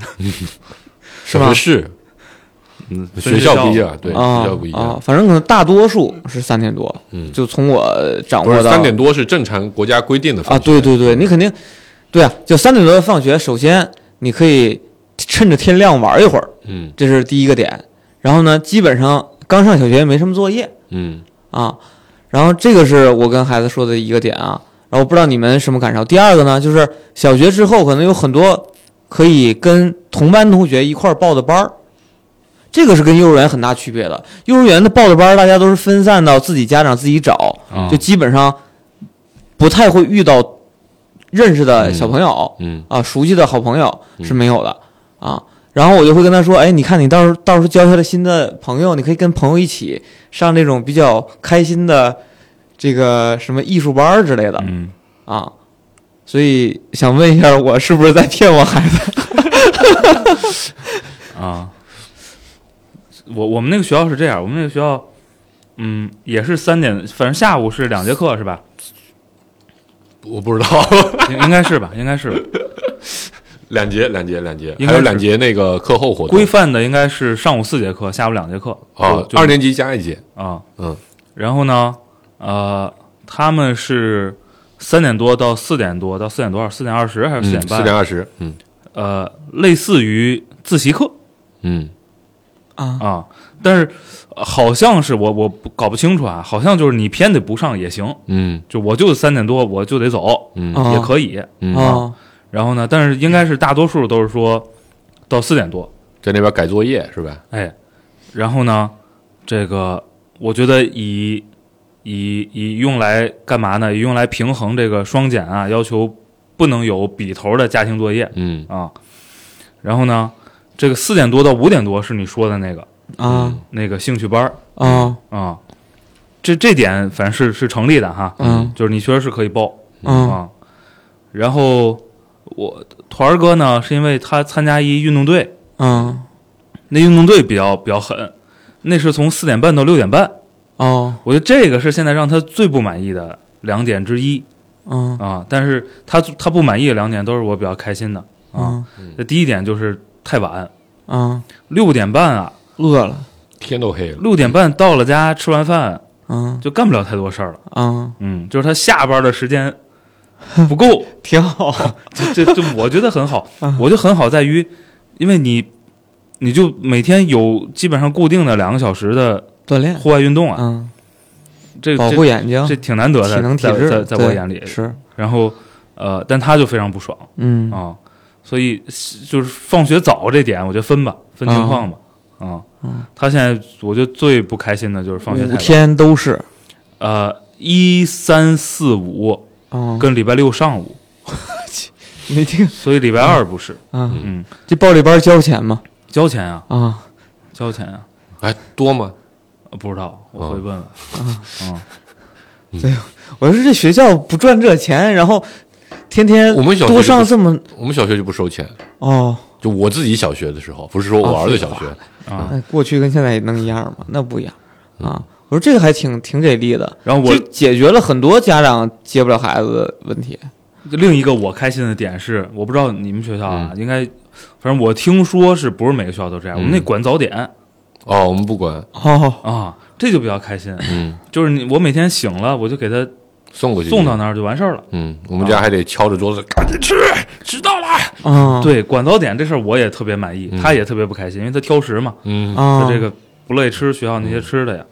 Speaker 4: 是吗
Speaker 6: 不是，
Speaker 5: 嗯，
Speaker 6: 学校不一样，对，
Speaker 4: 啊
Speaker 6: 学校不一
Speaker 4: 啊
Speaker 6: 样，。
Speaker 4: 反正可能大多数是三点多，
Speaker 6: 嗯
Speaker 4: 就从我掌
Speaker 6: 不
Speaker 4: 握
Speaker 6: 是
Speaker 4: 到
Speaker 6: 三点多是正常国家规定的
Speaker 4: 啊，对对对，你肯定对啊，就三点多放学，首先你可以趁着天亮玩一会儿，
Speaker 6: 嗯
Speaker 4: 这是第一个点。然后呢，基本上刚上小学没什么作业，
Speaker 6: 嗯
Speaker 4: 啊，然后这个是我跟孩子说的一个点啊，然后不知道你们什么感受。第二个呢，就是小学之后可能有很多可以跟同班同学一块儿报的班儿，这个是跟幼儿园很大区别的。幼儿园的报的班儿大家都是分散到自己家长自己找，
Speaker 5: 啊
Speaker 4: 就基本上不太会遇到认识的小朋友。
Speaker 6: 嗯
Speaker 4: 啊，熟悉的好朋友
Speaker 5: 嗯
Speaker 4: 是没有的、啊。然后我就会跟他说，哎，你看你到时候到时候交下了新的朋友，你可以跟朋友一起上这种比较开心的这个什么艺术班儿之类的、
Speaker 5: 嗯，
Speaker 4: 啊。所以想问一下，我是不是在骗我孩子？
Speaker 5: 啊，我我们那个学校是这样，我们那个学校，嗯，也是三点，反正下午是两节课是吧？
Speaker 6: 我不知道，
Speaker 5: 应应该是吧，应该是吧
Speaker 6: 两节两节两节，
Speaker 5: 应该是
Speaker 6: 还有两节那个课后活动
Speaker 5: 规范的，应该是上午四节课，下午两节课
Speaker 6: 啊，
Speaker 5: 就
Speaker 6: 二年级加一节，
Speaker 5: 啊，
Speaker 6: 嗯
Speaker 5: 然后呢，呃，他们是三点多到四点多到四点多少，四点二十还是四
Speaker 6: 嗯，
Speaker 5: 点半？
Speaker 6: 四点二十，嗯
Speaker 5: 呃，类似于自习课
Speaker 6: 嗯
Speaker 5: 啊，但是呃好像是我我不搞不清楚啊，好像就是你偏得不上也行，
Speaker 6: 嗯
Speaker 5: 就我就三点多我就得走，
Speaker 6: 嗯
Speaker 4: 啊
Speaker 5: 也可以。
Speaker 6: 嗯，
Speaker 4: 啊，
Speaker 5: 然后呢，但是应该是大多数都是说到四点多，
Speaker 6: 在那边改作业是吧？
Speaker 5: 哎，然后呢，这个我觉得以以以用来干嘛呢？以用来平衡这个双减啊，要求不能有笔头的家庭作业
Speaker 6: 嗯
Speaker 5: 啊。然后呢，这个四点多到五点多是你说的那个
Speaker 4: 啊
Speaker 5: 那个兴趣班儿
Speaker 4: 啊
Speaker 5: 啊，这这点反正是是成立的哈，
Speaker 4: 嗯
Speaker 5: 就是你确实是可以报
Speaker 4: 啊
Speaker 5: 啊。然后我团儿哥呢，是因为他参加一运动队，
Speaker 4: 啊
Speaker 5: 那运动队比较比较狠，那是从四点半到六点半，
Speaker 4: 哦，
Speaker 5: 我觉得这个是现在让他最不满意的两点之一
Speaker 4: 嗯
Speaker 5: 啊。但是他他不满意的两点都是我比较开心的啊。
Speaker 4: 嗯
Speaker 5: 这第一点就是太晚，
Speaker 4: 嗯，
Speaker 5: 六点半啊，
Speaker 4: 饿了，
Speaker 6: 天都黑了，
Speaker 5: 六点半到了家吃完饭
Speaker 4: 嗯
Speaker 5: 就干不了太多事儿了。
Speaker 4: 嗯，
Speaker 5: 嗯，就是他下班的时间不够，
Speaker 4: 挺好，
Speaker 5: 这这我觉得很好，
Speaker 4: 啊
Speaker 5: 我就很好在于，因为你你就每天有基本上固定的两个小时的
Speaker 4: 锻 炼，
Speaker 5: 户外运动啊，
Speaker 4: 嗯，
Speaker 5: 这
Speaker 4: 保护眼睛
Speaker 5: 这，这挺难得的，
Speaker 4: 啊体能体
Speaker 5: 在
Speaker 4: 质，
Speaker 5: 在在
Speaker 4: 对
Speaker 5: 我眼里。
Speaker 4: 是，
Speaker 5: 然后呃，但他就非常不爽
Speaker 4: 嗯
Speaker 5: 啊，所以就是放学早这点，我觉得分吧，分情况吧。啊，他现在我觉得最不开心的就是放学太
Speaker 4: 嗯五
Speaker 5: 早，
Speaker 4: 天都是，
Speaker 5: 呃，一三四五
Speaker 4: 哦，
Speaker 5: 跟礼拜六上午，
Speaker 4: 没听，
Speaker 5: 所以礼拜二不是，
Speaker 4: 啊，
Speaker 5: 嗯，
Speaker 4: 这报这班交钱吗？
Speaker 5: 交钱啊，
Speaker 4: 啊，
Speaker 5: 交钱啊，
Speaker 6: 哎，多吗？
Speaker 5: 呃不知道，我会问问。嗯，
Speaker 4: 我说这学校不赚这钱，然后天天
Speaker 6: 我们小学
Speaker 4: 多
Speaker 6: 就
Speaker 4: 上
Speaker 6: 不
Speaker 4: 这么
Speaker 6: 我们小学就不收钱，
Speaker 4: 哦，
Speaker 6: 就我自己小学的时候，不是说我
Speaker 4: 啊
Speaker 6: 儿子
Speaker 4: 废
Speaker 6: 小
Speaker 4: 话
Speaker 6: 学，
Speaker 5: 啊，
Speaker 4: 那过去跟现在也能一样吗？那不一样啊！我说这个还挺挺给力的，
Speaker 5: 然后我
Speaker 4: 这解决了很多家长接不了孩子的问题。
Speaker 5: 另一个我开心的点是，我不知道你们学校啊，应该，反正我听说是不是每个学校都这样？我们那管早点
Speaker 6: 哦，我们不管，
Speaker 4: 哦，
Speaker 5: 啊，这就比较开心。
Speaker 6: 嗯，
Speaker 5: 就是你，我每天醒了，我就给他
Speaker 6: 送过去，
Speaker 5: 送到，那儿就啊完事儿了。
Speaker 6: 嗯，我们家还得敲着桌子，赶紧吃，迟到了，
Speaker 4: 啊，
Speaker 5: 对，管早点这事儿我也特别满意，
Speaker 6: 嗯
Speaker 5: 他也特别不开心，因为他挑食嘛，
Speaker 6: 嗯，
Speaker 4: 啊，嗯
Speaker 5: 他这个不乐意吃学校那些吃的呀，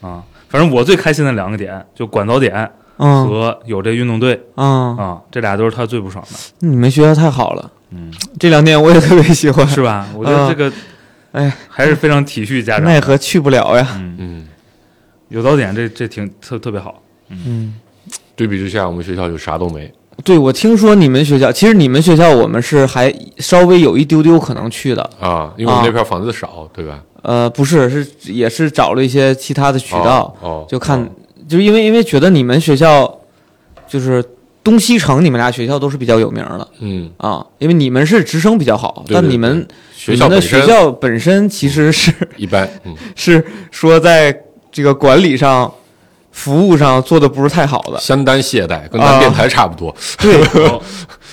Speaker 5: 啊，反正我最开心的两个点就管早点
Speaker 4: 啊
Speaker 5: 和有这运动队
Speaker 4: 啊，
Speaker 5: 啊，这俩都是他最不爽 的。
Speaker 4: 你们学校太好了，
Speaker 5: 嗯，
Speaker 4: 这两点我也特别喜欢。
Speaker 5: 是吧？我觉得这个，
Speaker 4: 哎呀，
Speaker 5: 还是非常体恤家长。
Speaker 4: 奈何去不了呀。
Speaker 5: 嗯，
Speaker 6: 嗯，
Speaker 5: 有早点这这挺特特别好。
Speaker 4: 嗯，
Speaker 6: 对比之下，我们学校就啥都没，
Speaker 4: 对，我听说你们学校，其实你们学校我们是还稍微有一丢丢可能去的，
Speaker 6: 啊，因为我
Speaker 4: 啊
Speaker 6: 们那片房子少，对吧？
Speaker 4: 呃，不是，是也是找了一些其他的渠道，
Speaker 6: 哦，哦
Speaker 4: 就看，
Speaker 6: 哦
Speaker 4: 就因为因为觉得你们学校就是东西城，你们俩学校都是比较有名儿的
Speaker 6: 嗯，
Speaker 4: 啊，因为你们是直升比较好，
Speaker 6: 对
Speaker 4: 但
Speaker 6: 对
Speaker 4: 你们
Speaker 6: 学校
Speaker 4: 你们
Speaker 6: 本
Speaker 4: 的学
Speaker 6: 身
Speaker 4: 校本身其实是
Speaker 6: 一般，嗯，
Speaker 4: 是说在这个管理上、服务上做的不是太好的。
Speaker 6: 相当懈怠，跟
Speaker 4: 啊
Speaker 6: 咱电台差不多，
Speaker 4: 对，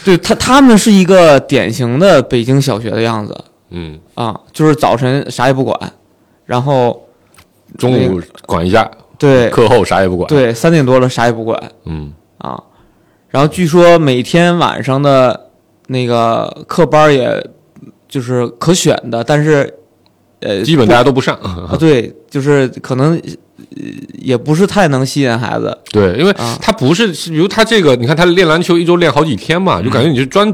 Speaker 4: 对他他们是一个典型的北京小学的样子
Speaker 6: 嗯，
Speaker 4: 啊，就是早晨啥也不管，然后
Speaker 6: 中午管一下，
Speaker 4: 对
Speaker 6: 课后啥也不管，，
Speaker 4: 对三点多了啥也不管，
Speaker 6: 嗯，
Speaker 4: 啊。然后据说每天晚上的那个课班儿也就是可选的，但是呃，
Speaker 6: 基本
Speaker 4: 不
Speaker 6: 大家都不上，
Speaker 4: 啊，对，就是可能呃也不是太能吸引孩子。
Speaker 6: 对，因为
Speaker 4: 啊
Speaker 6: 他不是，是比如他这个，你看他练篮球一周练好几天嘛，就感觉你是专，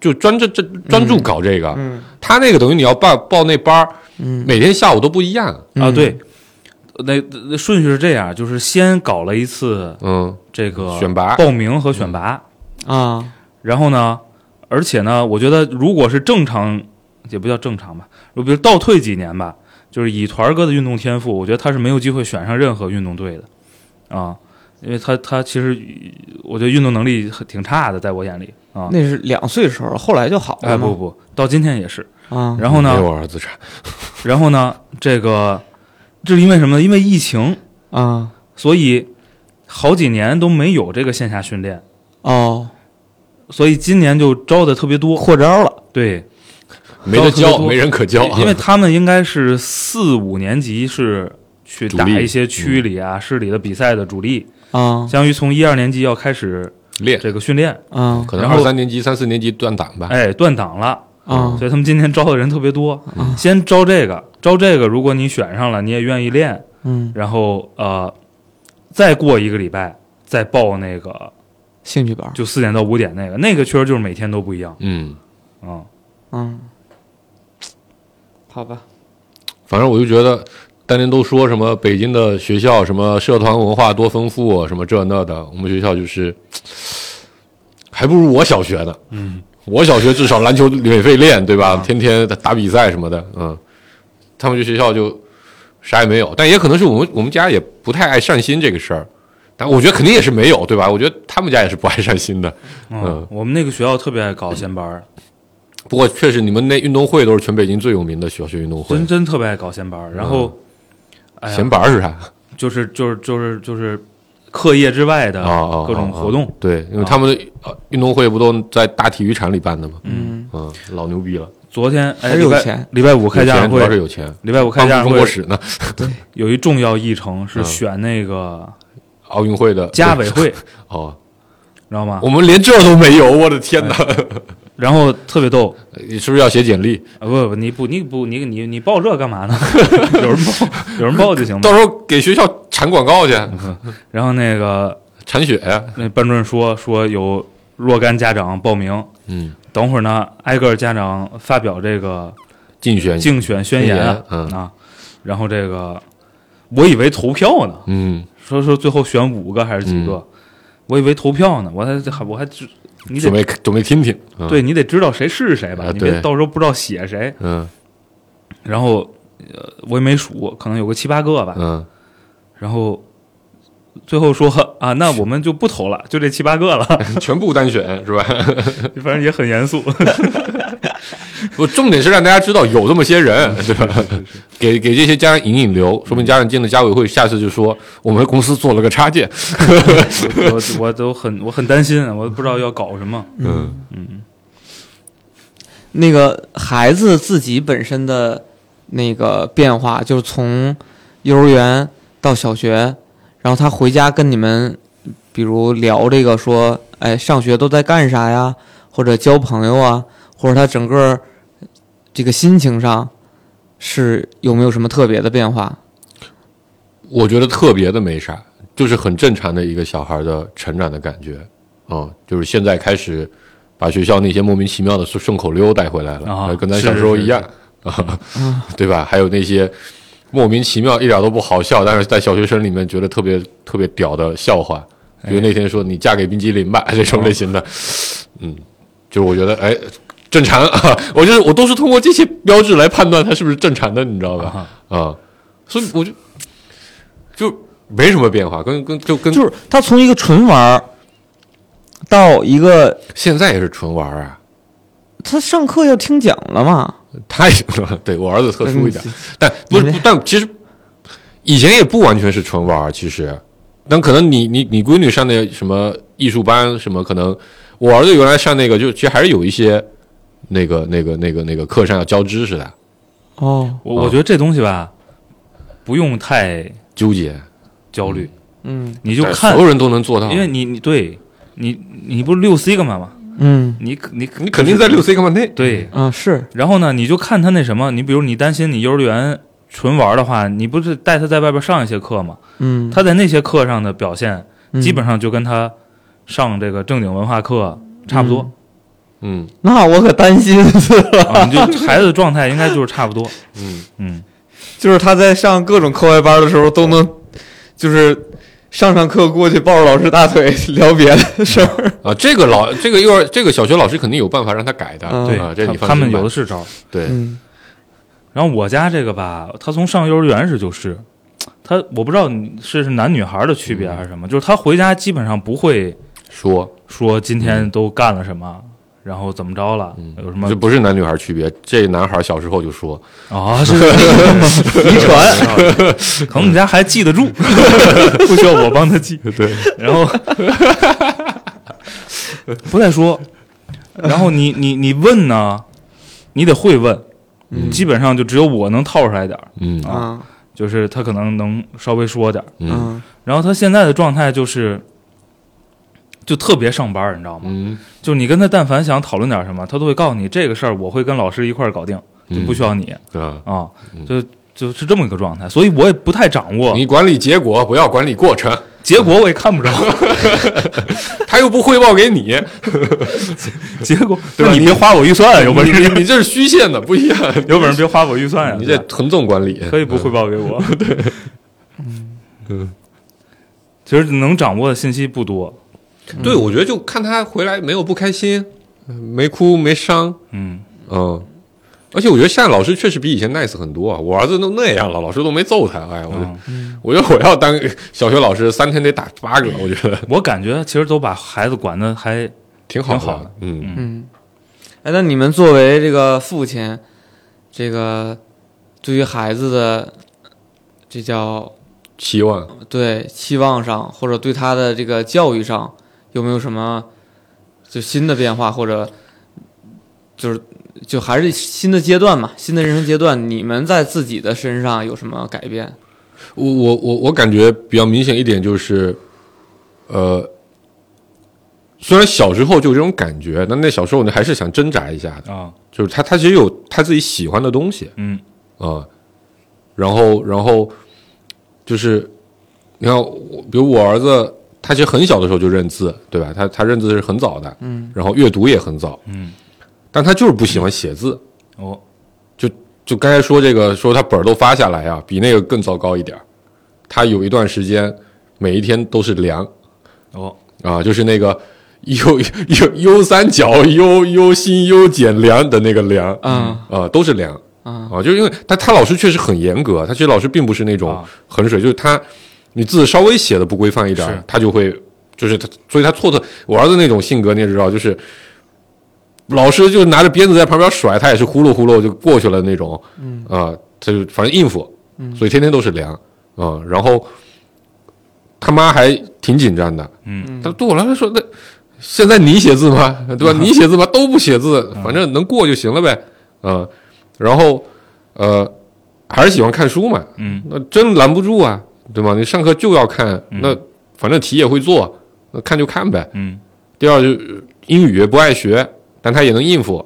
Speaker 6: 就专这这专注搞这个。
Speaker 4: 嗯
Speaker 6: 他那个等于你要报报那班儿，
Speaker 4: 嗯
Speaker 6: 每天下午都不一样。
Speaker 5: 啊，对，那那顺序是这样，就是先搞了一次
Speaker 6: 嗯，
Speaker 5: 这个
Speaker 6: 选拔
Speaker 5: 报名和选拔，
Speaker 4: 啊，
Speaker 5: 然后呢，而且呢，我觉得如果是正常，也不叫正常吧，如比如倒退几年吧，就是以团儿哥的运动天赋，我觉得他是没有机会选上任何运动队的啊，因为他他其实我觉得运动能力很挺差的，在我眼里啊。
Speaker 4: 那是两岁时候，后来就好
Speaker 5: 哎
Speaker 4: 了
Speaker 5: 不
Speaker 4: 嘛。
Speaker 5: 不，到今天也是。
Speaker 4: 啊，
Speaker 5: 然后
Speaker 6: 没
Speaker 5: 呢，
Speaker 6: 有哎儿子差。
Speaker 5: 然后呢，这个这是因为什么呢？因为疫情，
Speaker 4: 啊
Speaker 5: 所以好几年都没有这个线下训练，
Speaker 4: 哦，
Speaker 5: 所以今年就招的特别多。
Speaker 4: 扩招了
Speaker 5: 对，
Speaker 6: 没
Speaker 5: 招
Speaker 6: 得
Speaker 5: 特别
Speaker 6: 教，
Speaker 5: 多
Speaker 6: 没人可教，
Speaker 5: 因为他们应该是四五年级是去
Speaker 6: 主
Speaker 5: 打
Speaker 6: 力嗯
Speaker 5: 一些区里啊、市里的比赛的主力，
Speaker 4: 啊
Speaker 5: 相当于从一二年级要开始
Speaker 6: 练，
Speaker 5: 这个训练，
Speaker 4: 啊
Speaker 6: 可能
Speaker 5: 然
Speaker 6: 二
Speaker 5: 后
Speaker 6: 三年级、三四年级断档吧。
Speaker 5: 哎，断档了。
Speaker 4: 啊
Speaker 5: 所以他们今年招的人特别多，先招这个，招这个。如果你选上了，你也愿意练，
Speaker 4: 嗯，
Speaker 5: 然后呃，再过一个礼拜再报那个，
Speaker 4: 兴趣班儿
Speaker 5: 就四点到五点那个，那个确实就是每天都不一样
Speaker 6: 嗯，
Speaker 5: 啊、
Speaker 4: 嗯，好吧，
Speaker 6: 反正我就觉得，当年都说什么北京的学校什么社团文化多丰富啊，什么这那的，我们学校就是还不如我小学呢。嗯，我小学至少篮球免费练，对
Speaker 5: 啊
Speaker 6: 吧？天天打比赛什么的，嗯，他们这学校就啥也没有。但也可能是我们我们家也不太爱善心这个事儿，但我觉得肯定也是没有，对吧？我觉得他们家也是不爱善心的。嗯
Speaker 5: 我们那个学校特别爱搞先班儿，
Speaker 6: 不过确实你们那运动会都是全北京最有名的小学运动会嗯
Speaker 5: 真，真特别爱搞闲班儿，然后，哎呀
Speaker 6: 闲板儿是啥？
Speaker 5: 就是就是就是就是课业之外的
Speaker 6: 哦哦
Speaker 5: 各种活动，
Speaker 6: 对，因为
Speaker 5: 啊
Speaker 6: 他们的呃运动会不都在大体育场里办的吗？
Speaker 4: 嗯，
Speaker 6: 嗯，老牛逼了，
Speaker 5: 昨天
Speaker 4: 还
Speaker 5: 哎，
Speaker 4: 是
Speaker 5: 礼
Speaker 4: 有
Speaker 5: 拜
Speaker 4: 钱
Speaker 5: 礼拜五开家
Speaker 6: 有
Speaker 5: 长
Speaker 6: 钱主要是
Speaker 5: 会，
Speaker 6: 有钱，
Speaker 5: 礼拜五开家
Speaker 6: 帮助
Speaker 5: 长
Speaker 6: 中国
Speaker 5: 会
Speaker 6: 史呢，
Speaker 5: 有一重要议程是
Speaker 6: 嗯
Speaker 5: 选那个
Speaker 6: 奥运会的
Speaker 5: 家委 会，
Speaker 6: 哦，
Speaker 5: 知道吗
Speaker 6: 我？们连这都没有，
Speaker 5: 哎
Speaker 6: 我的天哪！
Speaker 5: 然后特别逗，
Speaker 6: 你是不是要写简历？
Speaker 5: 啊不不，你不你不你你你报这干嘛呢？ 有人报有人报就行
Speaker 6: 到
Speaker 5: 了。
Speaker 6: 时候给学校产广告去，
Speaker 5: 然后那个
Speaker 6: 产血呀，
Speaker 5: 那班主任说说有若干家长报名，
Speaker 6: 嗯，
Speaker 5: 等会儿呢挨个儿家长发表这个
Speaker 6: 竞选，
Speaker 5: 竞选宣言
Speaker 6: 嗯宣
Speaker 5: 啊
Speaker 6: 言，嗯
Speaker 5: 啊然后这个我以为投票呢，
Speaker 6: 嗯，
Speaker 5: 说说最后选五个还是几个，我以为投票呢，我还我还知你
Speaker 6: 准
Speaker 5: 得
Speaker 6: 备准备听听，嗯，
Speaker 5: 对你得知道谁是谁吧，
Speaker 6: 啊
Speaker 5: 你别
Speaker 6: 对
Speaker 5: 到时候不知道写谁。
Speaker 6: 嗯
Speaker 5: 然后呃我也没数，可能有个七八个吧，
Speaker 6: 嗯，
Speaker 5: 然后。最后说啊，那我们就不投了，就这七八 个了，
Speaker 6: 嗯 全部单选是吧？
Speaker 5: 反正也很严肃。
Speaker 6: 不，重点是让大家知道有这么些人，
Speaker 5: 嗯
Speaker 6: 对吧？给给这些家长引引流，说不定家长进了家委会，下次就说我们公司做了个插件，
Speaker 5: 我我都很我很担心，啊我不知道要搞什么。
Speaker 6: 嗯
Speaker 4: 那个孩子自己本身的那个变化，就是从幼儿园到小学，然后他回家跟你们，比如聊这个说，哎，上学都在干啥呀？或者交朋友啊，或者他整个这个心情上是有没有什么特别的变化？
Speaker 6: 我觉得特别的没啥，就是很正常的一个小孩的成长的感觉，嗯，就是现在开始把学校那些莫名其妙的顺顺口溜带回来了，
Speaker 5: 啊
Speaker 6: 跟咱
Speaker 5: 是
Speaker 6: 小时候
Speaker 5: 是
Speaker 6: 一样啊， 对吧？还有那些莫名其妙一点都不好笑，但是在小学生里面觉得特别特别屌的笑话，比
Speaker 5: 哎
Speaker 6: 如那天说你嫁给冰激凌吧这
Speaker 5: 哦
Speaker 6: 种类型的，嗯，就是我觉得哎。正常啊， 我就是我都是通过这些标志来判断它是不是正常的，你知道吧？
Speaker 5: 啊
Speaker 6: 啊，所以我就就没什么变化，跟跟就跟
Speaker 4: 就是他从一个纯玩儿到一个
Speaker 6: 现在也是纯玩儿啊，
Speaker 4: 他上课要听讲了嘛，
Speaker 6: 太 对我儿子特殊一点
Speaker 4: 嗯，
Speaker 6: 但不是
Speaker 4: 你
Speaker 6: 不但其实以前也不完全是纯玩儿，其实，但可能你你你闺女上那什么艺术班什么，可能我儿子原来上那个就其实还是有一些那个那个那个那个课上要教知识的
Speaker 4: 哦，
Speaker 5: 我我觉得这东西吧，不用太
Speaker 6: 纠结，
Speaker 5: 焦虑，
Speaker 4: 嗯
Speaker 5: 你就
Speaker 6: 但
Speaker 5: 看
Speaker 6: 所，有人都能做到，
Speaker 5: 因为你你对你你不是六 C 干嘛吗？
Speaker 4: 嗯
Speaker 5: 你你
Speaker 6: 你肯定在六 C 干嘛内，
Speaker 5: 对，
Speaker 4: 啊是，
Speaker 5: 然后呢，你就看他那什么，你比如你担心你幼儿园纯玩的话，你不是带他在外边上一些课吗？
Speaker 4: 嗯，
Speaker 5: 他在那些课上的表现，
Speaker 4: 嗯
Speaker 5: 基本上就跟他上这个正经文化课差不多、
Speaker 6: 嗯
Speaker 4: 那我可担心死 了，
Speaker 5: 啊，你就孩子的状态应该就是差不 多，
Speaker 6: 嗯，
Speaker 5: 嗯，
Speaker 4: 就是他在上各种课外班的时候都能，就是上上课过去抱着老师大腿 聊别的事儿。
Speaker 6: 啊，这个老这个幼儿这个小学老师肯定有办法让他改的，
Speaker 4: 嗯
Speaker 5: 对，
Speaker 6: 啊，这你
Speaker 5: 他
Speaker 6: 放
Speaker 5: 他
Speaker 6: 心
Speaker 5: 们
Speaker 6: 吧
Speaker 5: 有的是招儿。
Speaker 6: 对，
Speaker 4: 嗯
Speaker 5: 然后我家这个吧，他从上幼儿园时就是，他我不知道你是是男女孩的区
Speaker 4: 嗯
Speaker 5: 别还是什么，就是他回家基本上不会
Speaker 6: 说
Speaker 5: 说今天都干了什么，然后怎么着了，有什么
Speaker 6: 这不是男女孩区别，这男孩小时候就说，
Speaker 5: 啊？是
Speaker 4: 嗯
Speaker 5: 遗传，可能我们家还记得住， 不需要我帮他 记。
Speaker 6: 对，
Speaker 5: 然后不再说，然后你你你问呢，你得会问，基本上就只有我能套出来点儿。
Speaker 6: 嗯
Speaker 4: 啊
Speaker 5: 就是他可能能稍微说点儿。
Speaker 6: 嗯
Speaker 5: 然后他现在的状态就是，就特别上班儿，你知道吗？
Speaker 6: 嗯
Speaker 5: 就你跟他但凡想讨论点什么，他都会告诉你这个事儿我会跟老师一块儿搞定，就不需要你
Speaker 6: 啊，
Speaker 5: 啊，就就是这么一个状态。所以我也不太掌握
Speaker 6: 你管理结果不要管理过程，
Speaker 5: 结果，我也看不着
Speaker 6: 他又不汇报给你，
Speaker 5: 结果。
Speaker 6: 对
Speaker 5: 那
Speaker 6: 吧
Speaker 5: 你
Speaker 6: 你
Speaker 5: 别花我预算，啊有本
Speaker 6: 你
Speaker 5: 事
Speaker 6: 你这是虚线的，不一样，
Speaker 5: 有本事别花我预算呀！
Speaker 6: 你
Speaker 5: 对
Speaker 6: 这
Speaker 5: 吧
Speaker 6: 横纵管理
Speaker 5: 可以不汇报给 我。对，嗯，
Speaker 6: 嗯
Speaker 5: 其实能掌握的信息不多。
Speaker 6: 对，我觉得就看他回来没有不开心，嗯没哭没伤，
Speaker 5: 嗯，
Speaker 6: 嗯。而且我觉得现在老师确实比以前 nice 很多啊，我儿子都那样了，老师都没揍他，哎呀，我就、
Speaker 5: 嗯
Speaker 6: 我觉得我要当小学老师，三天得打八个，我觉得
Speaker 5: 我感觉其实都把孩子管的还
Speaker 6: 挺好
Speaker 5: 挺
Speaker 6: 的，
Speaker 5: 好的
Speaker 6: 嗯
Speaker 4: 嗯，哎，那你们作为这个父亲，这个对于孩子的这叫
Speaker 6: 期望
Speaker 4: 对期望上，或者对他的这个教育上，有没有什么就新的变化，或者就是就还是新的阶段嘛，新的人生阶段，你们在自己的身上有什么改变？
Speaker 6: 我我我我感觉比较明显一点就是，呃，虽然小时候就有这种感觉，但那小时候你还是想挣扎一下的，
Speaker 5: 啊，
Speaker 6: 就是他他其实有他自己喜欢的东西
Speaker 5: 嗯
Speaker 6: 啊、然后然后就是你看我，比如我儿子。他其实很小的时候就认字，对吧？他他认字是很早的，嗯，然后阅读也很早，
Speaker 5: 嗯，
Speaker 6: 但他就是不喜欢写字，
Speaker 5: 我
Speaker 6: 就就刚才说这个，说他本儿都发下来啊，比那个更糟糕一点儿。他有一段时间每一天都是量
Speaker 5: 我
Speaker 6: 啊，就是那个 U U U 三角 U U 新 U 减量的那个量
Speaker 4: 嗯
Speaker 6: 啊、都是量
Speaker 4: 啊
Speaker 6: 啊，就是因为他他老师确实很严格，他其实老师并不是那种
Speaker 5: 啊
Speaker 6: 衡水，就是他你字稍微写的不规范一点儿
Speaker 5: 是，
Speaker 6: 他就会就是他，所以他错的。我儿子那种性格你也知道，就是老师就拿着鞭子在旁边甩，他也是呼噜呼噜就过去了那种，嗯啊、他就反正应付，所以天天都是凉啊、然后他妈还挺紧张的，
Speaker 5: 嗯，
Speaker 6: 他对我来说那。现在你写字吗？对吧？你写字吗？都不写字，反正能过就行了呗。啊、然后呃，还是喜欢看书嘛，
Speaker 5: 嗯，
Speaker 6: 那真拦不住啊，对吗？你上课就要看，那反正题也会做，那看就看呗。
Speaker 5: 嗯
Speaker 6: 第二就呃英语不爱学，但他也能应付。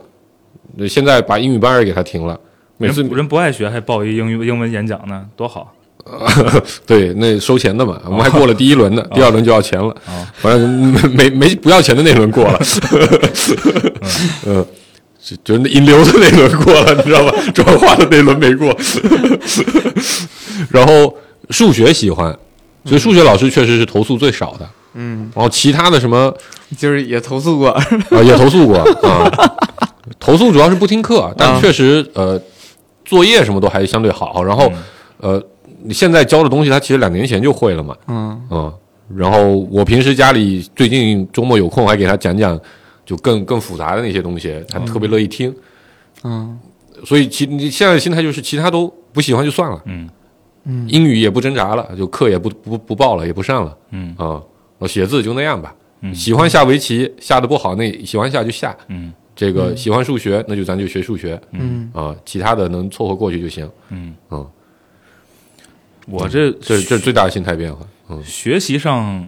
Speaker 6: 那现在把英语班也给他停了，每次
Speaker 5: 人不人不爱学还报一英语英文演讲呢，多好
Speaker 6: 对那收钱的嘛，我们还过了第一轮呢，第二轮就要钱了
Speaker 5: 哦，
Speaker 6: 反正没没没不要钱的那轮过了，嗯，就就是引流的那轮过了，你知道吧？ 转化的那轮没过。 然后数学喜欢，所以数学老师确实是投诉最少的。
Speaker 4: 嗯，
Speaker 6: 然后其他的什么
Speaker 4: 就是也投诉过，
Speaker 6: 啊，也投诉过啊。投诉主要是不听课，但
Speaker 4: 啊
Speaker 6: 确实呃，作业什么都还相对好。然后呃，你现在教的东西，他其实两年前就会了嘛，
Speaker 4: 嗯
Speaker 6: 嗯。然后我平时家里最近周末有空，还给他讲讲就更更复杂的那些东西，他特别乐意听。
Speaker 4: 嗯
Speaker 6: 所以其你现在的心态就是其他都不喜欢就算了，
Speaker 5: 嗯
Speaker 6: 英语也不挣扎了，就课也不不不报了，也不上了。
Speaker 5: 嗯
Speaker 6: 啊、我写字就那样吧。
Speaker 5: 嗯
Speaker 6: 喜欢下围棋，下的不好那喜欢下就下。
Speaker 5: 嗯
Speaker 6: 这个喜欢数学，那就咱就学数学
Speaker 4: 嗯
Speaker 6: 啊、其他的能凑合过去就行。
Speaker 5: 嗯
Speaker 6: 嗯，
Speaker 5: 我这
Speaker 6: 这是这是最大的心态变化。嗯，
Speaker 5: 学习上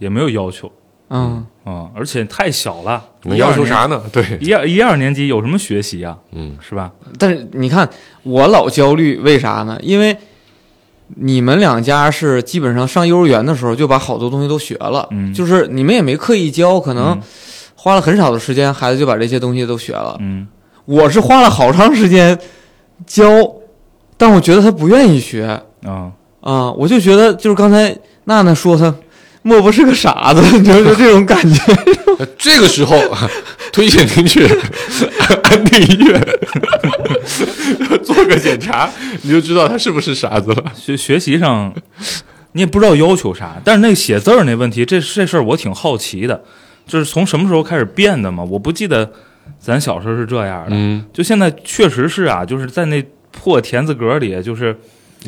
Speaker 5: 也没有要求
Speaker 4: 嗯
Speaker 5: 啊，而且太小了，
Speaker 6: 你要求啥呢？对，
Speaker 5: 一二一二年级有什么学习啊？
Speaker 6: 嗯，
Speaker 5: 是吧？
Speaker 4: 但是你看，我老焦虑，为啥呢？因为你们两家是基本上上幼儿园的时候就把好多东西都学了，
Speaker 5: 嗯
Speaker 4: 就是你们也没刻意教，可能
Speaker 5: 嗯
Speaker 4: 花了很少的时间，孩子就把这些东西都学
Speaker 6: 啊
Speaker 4: 了。
Speaker 5: 嗯
Speaker 4: 我是花了好长时间教，但我觉得他不愿意学啊、
Speaker 5: 啊，
Speaker 4: 我就觉得就是刚才娜娜说他。莫不是个傻子，你知 道就这种感觉。
Speaker 6: 呃这个时候 推荐您去 安定医院 做个检查，你就知道他是不是傻子了。
Speaker 5: 学学习上，你也不知道要求啥，但是那个写字儿那问题，这这事儿我挺好奇的，就是从什么时候开始变的嘛？我不记得咱小时候是这样的，
Speaker 6: 嗯，
Speaker 5: 就现在确实是啊，就是在那破田字格里，就是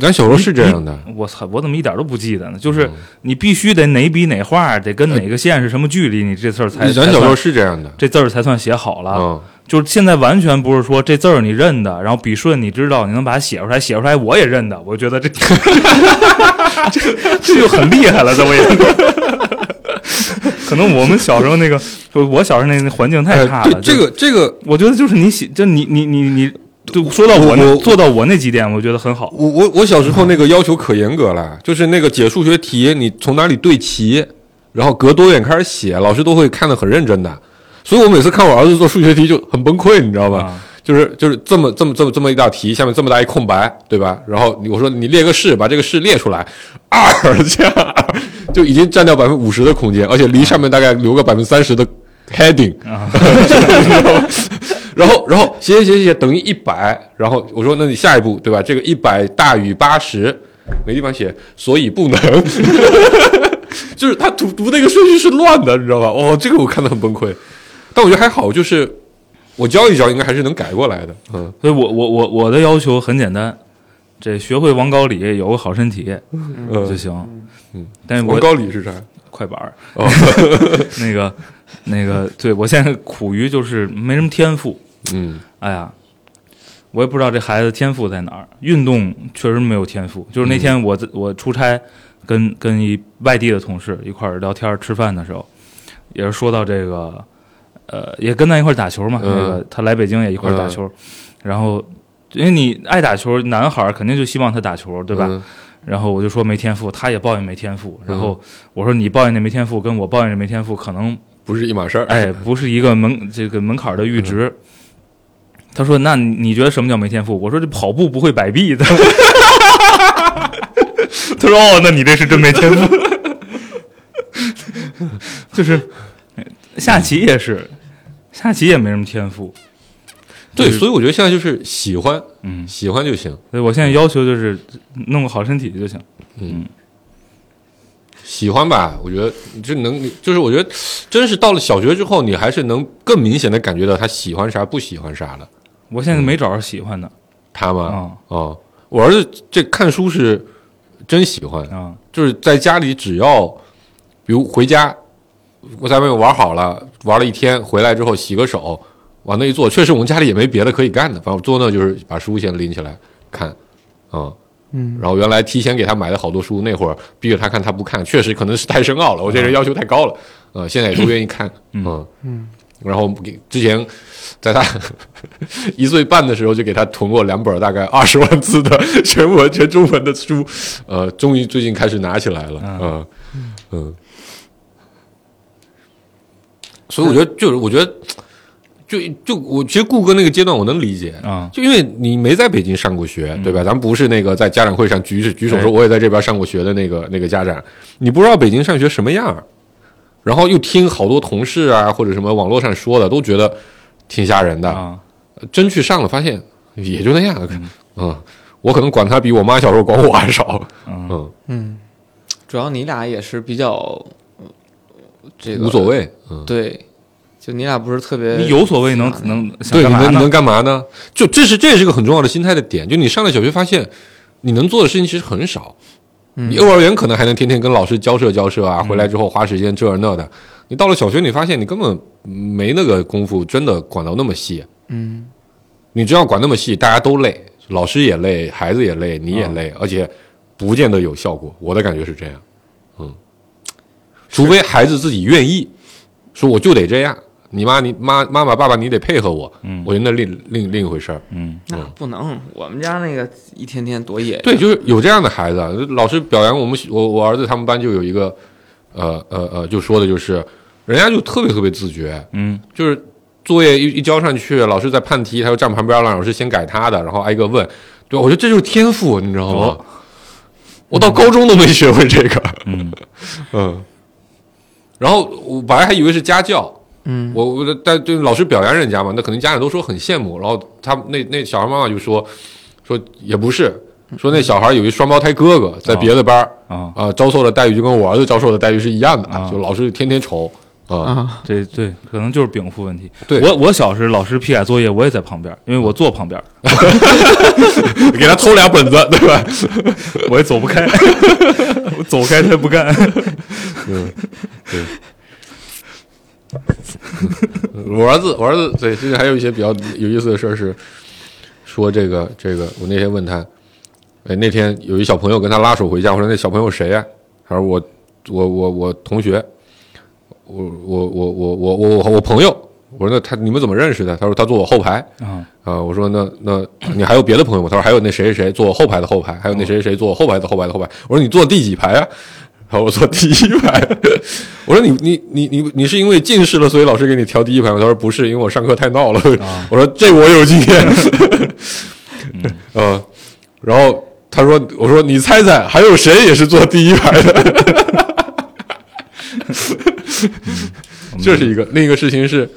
Speaker 6: 咱小时候是这样的。
Speaker 5: 我操，我怎么一点都不记得呢？
Speaker 6: 嗯
Speaker 5: 就是你必须得哪笔哪画，得跟哪个线是什么距离，你这字儿才
Speaker 6: 呃咱
Speaker 5: 才
Speaker 6: 小时候
Speaker 5: 算
Speaker 6: 是这样的，
Speaker 5: 这字儿才算写好了。
Speaker 6: 哎嗯，
Speaker 5: 就是现在完全不是说这字儿你认的，然后笔顺你知道，你能把它写出来，写出来我也认的，我觉得这 这这就很厉害了，在我眼中。可能我们小时候那个，就我小时候那那环境太差了。
Speaker 6: 哎对这
Speaker 5: 就，
Speaker 6: 个这个
Speaker 5: 我觉得就是你写，就你你你你，就说到我那
Speaker 6: 我
Speaker 5: 做到我那几点，我觉得很好。
Speaker 6: 我我我小时候那个要求可严格了，就是那个解数学题，你从哪里对齐，然后隔多远开始写，老师都会看得很认真的。所以我每次看我儿子做数学题就很崩溃，你知道吧？
Speaker 5: 啊
Speaker 6: 就是就是这么这么这么这么一道题，下面这么大一空白，对吧？然后你我说你列个式，把这个式列出来，二加二就已经占掉百分之五十的空间，而且离上面大概留个百分之三十的 heading，、然后，然后写写写写等于一百，然后我说那你下一步对吧？这个一百大于八十，没地方写，所以不能， 就是他读读那个顺序是乱的，你知道吧？哦，这个我看得很崩溃，但我觉得还好，就是我教一教，应该还是能改过来的。嗯，
Speaker 5: 所以我我我我的要求很简单，这学会王高里，有个好身体嗯就
Speaker 6: 呃，
Speaker 5: 行。
Speaker 6: 嗯，
Speaker 5: 但是我
Speaker 6: 王高里是啥？
Speaker 5: 快板儿，
Speaker 6: 哦
Speaker 5: 那个那个，对我现在苦于就是没什么天赋。
Speaker 6: 嗯
Speaker 5: 哎呀，我也不知道这孩子天赋在哪儿。运动确实没有天赋。就是
Speaker 6: 嗯
Speaker 5: 那天我在、我出差跟跟一外地的同事一块儿聊天儿吃饭的时候，也是说到这个，呃，也跟咱一块儿打球嘛。
Speaker 6: 嗯
Speaker 5: 那个他来北京也一块儿打球，然后因为你爱打球，男孩儿肯定就希望他打球，对吧？
Speaker 6: 嗯
Speaker 5: 然后我就说没天赋，他也抱怨没天赋。然后我说你抱怨那没天赋，跟我抱怨这没天赋，可能
Speaker 6: 不是一码事儿。
Speaker 5: 哎，不是一个门这个门槛的阈值。他说：“那你你觉得什么叫没天赋？”我说：“这跑步不会摆臂 的。”他说：“哦，那你这是真没天赋。” 就是下棋也是，下棋也没什么天赋。
Speaker 6: 对，
Speaker 5: 就是
Speaker 6: 所以我觉得现在就是喜欢，
Speaker 5: 嗯，
Speaker 6: 喜欢就行，
Speaker 5: 所以我现在要求就是弄个好身体就行。
Speaker 6: 喜欢吧。我觉得就能，就是我觉得真是到了小学之后，你还是能更明显的感觉到他喜欢啥，不喜欢啥的。
Speaker 5: 我现在没找着喜欢的
Speaker 6: 他嘛，
Speaker 5: 嗯啊
Speaker 6: 哦，我儿子这看书是真喜欢，
Speaker 5: 啊
Speaker 6: 就是在家里只要，比如回家，我在外面玩好了，玩了一天，回来之后洗个手，往那一坐，确实我们家里也没别的可以干的，反正我坐那就是把书先拎起来看，啊、
Speaker 4: 嗯，
Speaker 6: 然后原来提前给他买的好多书，那会儿逼着他看他不看，确实可能是太深奥了，我这人要求太高了，呃，现在也都愿意看，嗯
Speaker 4: 嗯，
Speaker 6: 然后给之前在他 一岁半的时候就给他囤过两本大概二十万字的全文全中文的书，呃，终于最近开始拿起来了，
Speaker 5: 嗯
Speaker 6: 嗯嗯，所以我觉得就是我觉得。就就我其实顾哥那个阶段我能理解，
Speaker 5: 啊！
Speaker 6: 就因为你没在北京上过学，对吧？咱们不是那个在家长会上举手举手
Speaker 5: 嗯对
Speaker 6: 说我也在这边上过学的那个那个家长，你不知道北京上学什么样儿，然后又听好多同事啊或者什么网络上说的，都觉得挺吓人的。
Speaker 5: 啊
Speaker 6: 真去上了，发现也就那样。嗯我可能管他比我妈小时候管我还少。
Speaker 5: 嗯
Speaker 6: 嗯，
Speaker 4: 嗯，主要你俩也是比较呃这个
Speaker 6: 无所，谓。嗯，
Speaker 4: 对，就你俩不是特别，
Speaker 5: 你有所谓能能想
Speaker 6: 对，
Speaker 5: 干
Speaker 6: 你
Speaker 5: 嘛
Speaker 6: 能你能
Speaker 5: 呢？
Speaker 6: 干嘛呢？就这是这也是个很重要的心态的点，就你上了小学发现。你能做的事情其实很少，
Speaker 4: 嗯
Speaker 6: 你幼儿园可能还能天天跟老师交涉交涉
Speaker 5: 嗯
Speaker 6: 啊，回来之后花时间这儿那的。你到了小学，你发现你根本没那个功夫，真的管到那么细。
Speaker 4: 嗯
Speaker 6: 你只要管那么细，大家都累，老师也累，孩子也累，你也累，
Speaker 5: 哦
Speaker 6: 而且不见得有效果。我的感觉是这样，嗯，除非孩子自己愿意，说我就得这样，你妈你妈妈妈爸爸你得配合我，
Speaker 5: 嗯
Speaker 6: 我觉得那另另另一回事儿。
Speaker 5: 嗯，
Speaker 4: 那啊不能，我们家那个一天天多野，
Speaker 6: 对，就是有这样的孩子啊，老师表扬我们，我我儿子他们班就有一个，呃呃呃，就说的就是，人家就特别特别自觉，
Speaker 5: 嗯，
Speaker 6: 就是作业一一交上去，老师在判题，他就站旁边让老师先改他的，然后挨个问，对，我觉得这就是天赋，你知道吗？
Speaker 5: 哦
Speaker 6: 我到高中都没学会这个，
Speaker 5: 嗯，
Speaker 6: 嗯，然后我本来还以为是家教，
Speaker 4: 嗯，
Speaker 6: 我我但对老师表扬人家嘛，那肯定家长都说很羡慕，然后他那那小孩妈妈就说说也不是，说那小孩有一双胞胎哥哥在别的班儿
Speaker 5: 啊，
Speaker 6: 啊、遭受的待遇就跟我儿子遭受的待遇是一样的，
Speaker 5: 啊
Speaker 6: 就老师天天愁啊，
Speaker 4: 啊，
Speaker 5: 对对，可能就是禀赋问题。
Speaker 6: 对
Speaker 5: 我我小时候老师批改作业，我也在旁边，因为我坐旁边，
Speaker 6: 给他偷俩本子，对吧？
Speaker 5: 我也走不开，我走开他也不干。
Speaker 6: 嗯，对。我儿子，我儿子，对，其实还有一些比较有意思的事儿是，说这个这个，我那天问他，哎，那天有一小朋友跟他拉手回家，我说那小朋友谁呀、他说我我我我同学，我我我我我我我我朋友。我说那他你们怎么认识的？他说他坐我后排
Speaker 5: 啊
Speaker 6: 啊、我说那那你还有别的朋友吗？他说还有那谁谁谁坐我后排的后排，还有那谁谁谁坐我后排的后排的后排。我说你坐第几排啊？然后 我坐第一排。我说你你你你你是因为近视了，所以老师给你调第一排吗？他说不是，因为我上课太闹了。 我说这我有经验。 呃，然后他说，我说你猜猜还有谁也是坐第一排的？ 这是一个，另一个事情是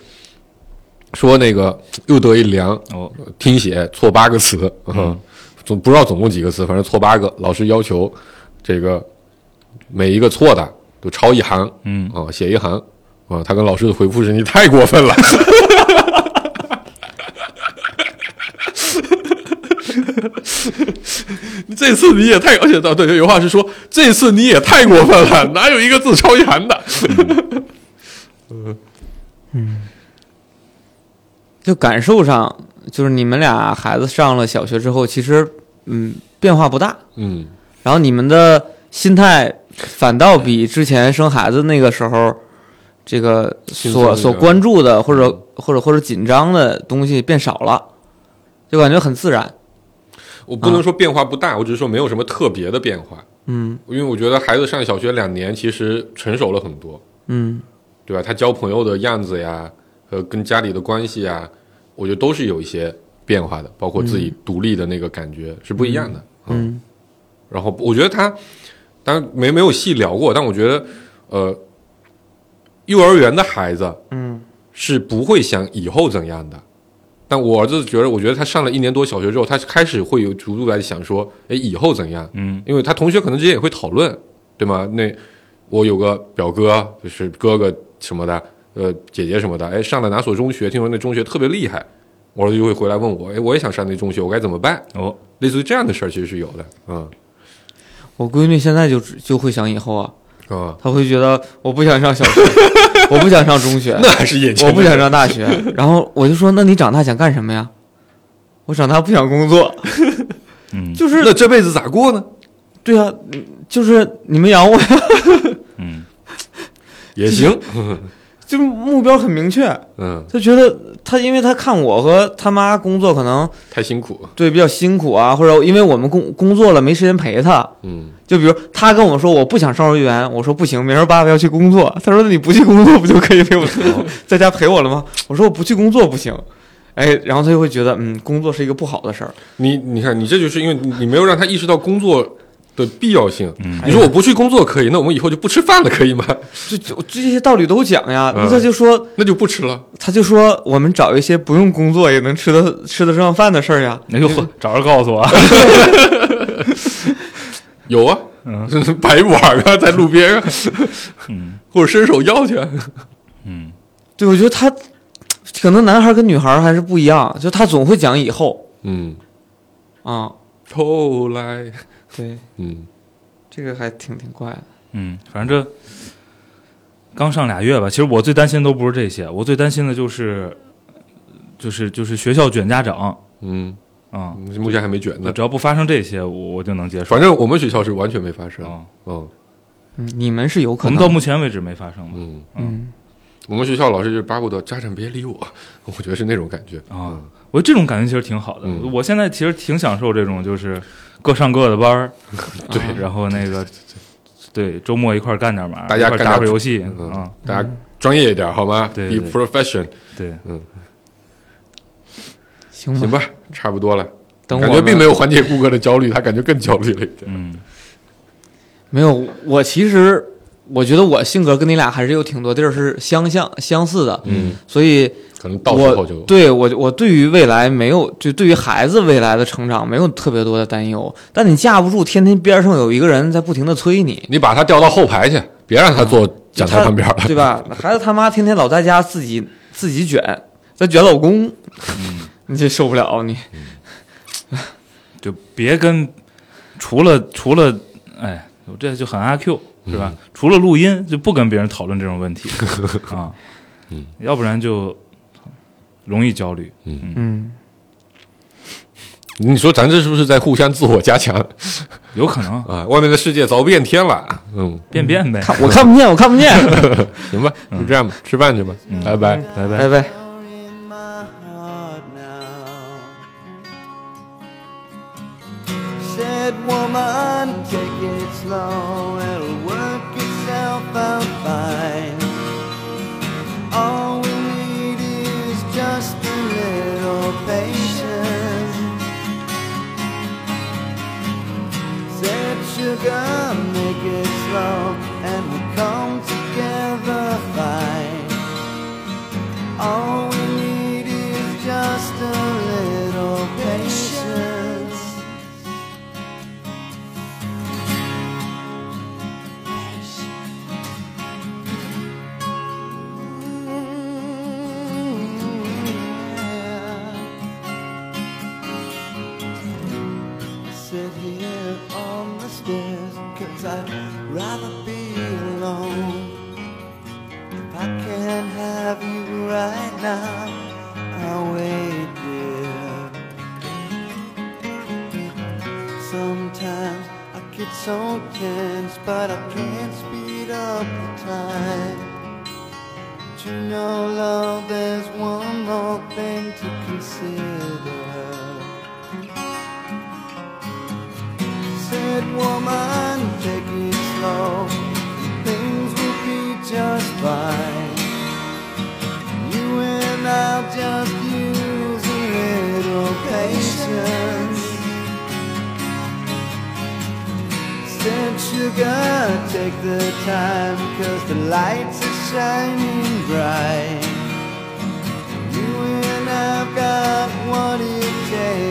Speaker 6: 说那个又得一良，
Speaker 5: 哦，
Speaker 6: 听写错八个词，嗯，总不知道总共几个词，反正错八个。老师要求这个每一个错的都抄一哦行，
Speaker 5: 嗯
Speaker 6: 啊，写一行，啊。他跟老师的回复是：“你太过分了。”你 这次你也太，而且到对，有话是说，这次你也太过分了，哪有一个字超严的？
Speaker 4: 就感受上，就是你们俩孩子上了小学之后，其实嗯变化不大，
Speaker 6: 嗯，
Speaker 4: 然后你们的心态反倒比之前生孩子那个时候，这个
Speaker 6: 轻松
Speaker 4: 所
Speaker 6: 一点
Speaker 4: 所关注的或者或者或者紧张的东西变少了，就感觉很自然。
Speaker 6: 我不能说变化不大，我只是说没有什么特别的变化，
Speaker 4: 嗯
Speaker 6: 因为我觉得孩子上小学两年，其实成熟了很多，
Speaker 4: 嗯
Speaker 6: 对吧？他交朋友的样子呀，和跟家里的关系呀，我觉得都是有一些变化的，包括自己独立的那个感觉是不一样的。
Speaker 4: 嗯
Speaker 6: 然后我觉得他，当然没没有细聊过，但我觉得，呃，幼儿园的孩子
Speaker 4: 嗯
Speaker 6: 是不会想以后怎样的。但我儿子觉得，我觉得他上了一年多小学之后，他开始会有逐步来想说，哎，以后怎样？
Speaker 5: 嗯
Speaker 6: 因为他同学可能之间也会讨论，对吗？那我有个表哥，就是哥哥什么的，呃，姐姐什么的，哎，上了哪所中学？听说那中学特别厉害，我儿子就会回来问我，哎，我也想上那中学，我该怎么办？
Speaker 5: 哦，
Speaker 6: 类似于这样的事儿其实是有的，嗯
Speaker 4: 我闺女现在就只就会想以后啊，
Speaker 6: 啊，
Speaker 4: 她会觉得我不想上小学， 我不想上中 学，
Speaker 6: 那还是眼前
Speaker 4: 我不
Speaker 6: 的
Speaker 4: 想上大学。然后我就说，那你长大想干什么呀？我长大不想工作，
Speaker 5: 嗯
Speaker 4: 就是
Speaker 6: 那这辈子咋过呢？
Speaker 4: 对啊，嗯就是你们养我呀，
Speaker 5: 嗯，
Speaker 6: 也 行，
Speaker 4: 就是目标很明确。
Speaker 6: 嗯，
Speaker 4: 他觉得他，因为他看我和他妈工作可能
Speaker 6: 太辛苦，
Speaker 4: 对比较辛苦啊，或者因为我们工工作了没时间陪他。
Speaker 6: 嗯，
Speaker 4: 就比如他跟我说我不想上幼儿园，我说不行，明儿爸爸要去工作。他说那你不去工作不就可以陪我在家陪我了吗？我说我不去工作不行，哎，然后他就会觉得嗯，工作是一个不好的事儿。
Speaker 6: 你你看，你这就是因为你没有让他意识到工作的必要性。
Speaker 5: 嗯
Speaker 6: 你说我不去工作可以，那我们以后就不吃饭了，可以吗？
Speaker 4: 就就这些道理都讲呀，
Speaker 6: 嗯
Speaker 4: 那他就说
Speaker 6: 那就不吃了。
Speaker 4: 他就说我们找一些不用工作也能吃得吃得上饭的事儿呀。
Speaker 5: 那就换哎找人告诉我，啊
Speaker 6: 有啊， 摆一碗啊，在路边啊，
Speaker 5: 嗯
Speaker 6: 或者伸手要去啊。
Speaker 5: 嗯
Speaker 4: 对，我觉得他可能男孩跟女孩还是不一样，就他总会讲以后
Speaker 6: 嗯，
Speaker 4: 啊，
Speaker 6: 后来，
Speaker 4: 对，
Speaker 6: 嗯，
Speaker 4: 这个还挺挺怪的。
Speaker 5: 嗯，反正这刚上俩月吧，其实我最担心的都不是这些，我最担心的就是就是就是学校卷家长
Speaker 6: 嗯，
Speaker 5: 啊，
Speaker 6: 目前还没卷呢。
Speaker 5: 只要不发生这些，我我就能接受
Speaker 6: 反正我们学校是完全没发生。
Speaker 5: 啊。
Speaker 6: 嗯
Speaker 4: 嗯，你们是有可
Speaker 5: 我
Speaker 4: 能
Speaker 5: 们到目前为止没发生吧？
Speaker 6: 嗯，
Speaker 4: 嗯，
Speaker 6: 我们学校老师就是巴不得家长别理我， 我觉得是那种感觉
Speaker 5: 啊，我觉得这种感觉其实挺好的。
Speaker 6: 嗯
Speaker 5: 我现在其实挺享受这种，就是各上各的班 儿，对、然后那个对周末一块儿干点嘛，
Speaker 6: 大家
Speaker 5: 一块儿
Speaker 6: 干
Speaker 5: 打
Speaker 6: 点
Speaker 5: 会儿游戏
Speaker 6: 嗯
Speaker 5: 啊、
Speaker 6: 嗯，大家专业一点好吗
Speaker 5: 对对
Speaker 6: ？Be profession，
Speaker 5: 对，嗯
Speaker 4: 行吧，
Speaker 6: 行吧，差不多了。
Speaker 4: 等我
Speaker 6: 感觉
Speaker 4: 们
Speaker 6: 并没有缓解顾客的焦虑，他感觉更焦虑了一 点。
Speaker 5: 嗯
Speaker 4: 没有。我其实我觉得我性格跟你俩还是有挺多地儿是相像相似的，
Speaker 6: 嗯，
Speaker 4: 所以
Speaker 6: 可能到时候
Speaker 4: 我
Speaker 6: 就
Speaker 4: 对我我对于未来没有，就对于孩子未来的成长没有特别多的担忧。但你架不住天天边上有一个人在不停的催你，
Speaker 6: 你把他调到后排去，别让他坐讲台
Speaker 4: 他
Speaker 6: 旁边了。
Speaker 4: 对吧？孩子他妈天天老在家自己自己卷，在卷老公，
Speaker 6: 嗯
Speaker 4: 你这受不了你。
Speaker 5: 就别跟除了除了哎，我这就很阿 Q 是吧、
Speaker 6: 嗯
Speaker 5: 除了录音，就不跟别人讨论这种 问题啊，
Speaker 6: 嗯
Speaker 5: 要不然就容易焦虑。
Speaker 4: 嗯，
Speaker 6: 你说咱这是不是在互相自我加强
Speaker 5: 有可能
Speaker 6: 啊？外面的世界早变天了。嗯，
Speaker 5: 变变呗，
Speaker 4: 看我看不见，我看不见。
Speaker 6: 行吧，就这样吧，吃饭去吧，拜拜。
Speaker 5: 拜拜
Speaker 4: 拜。拜。
Speaker 3: You're in my heart now. Said woman, take it slow, it'll work itself out fine. All we need is just a little patience. Said sugar, make it slow, and we'll come together fine. All we need is just a little patience. Mm-hmm. Mm, yeah. Sit here times I'd rather be alone. If I can't have you right now, I'll wait, dear. Sometimes I get so tense, but I can't speed up the time. But you know, love, there's one more thing to consider. Said woman, take it slow. Things will be just fine. You and I'll just use a little patience. Said sugar, take the time, cause the lights are shining bright. You and I've got what it takes. Oh,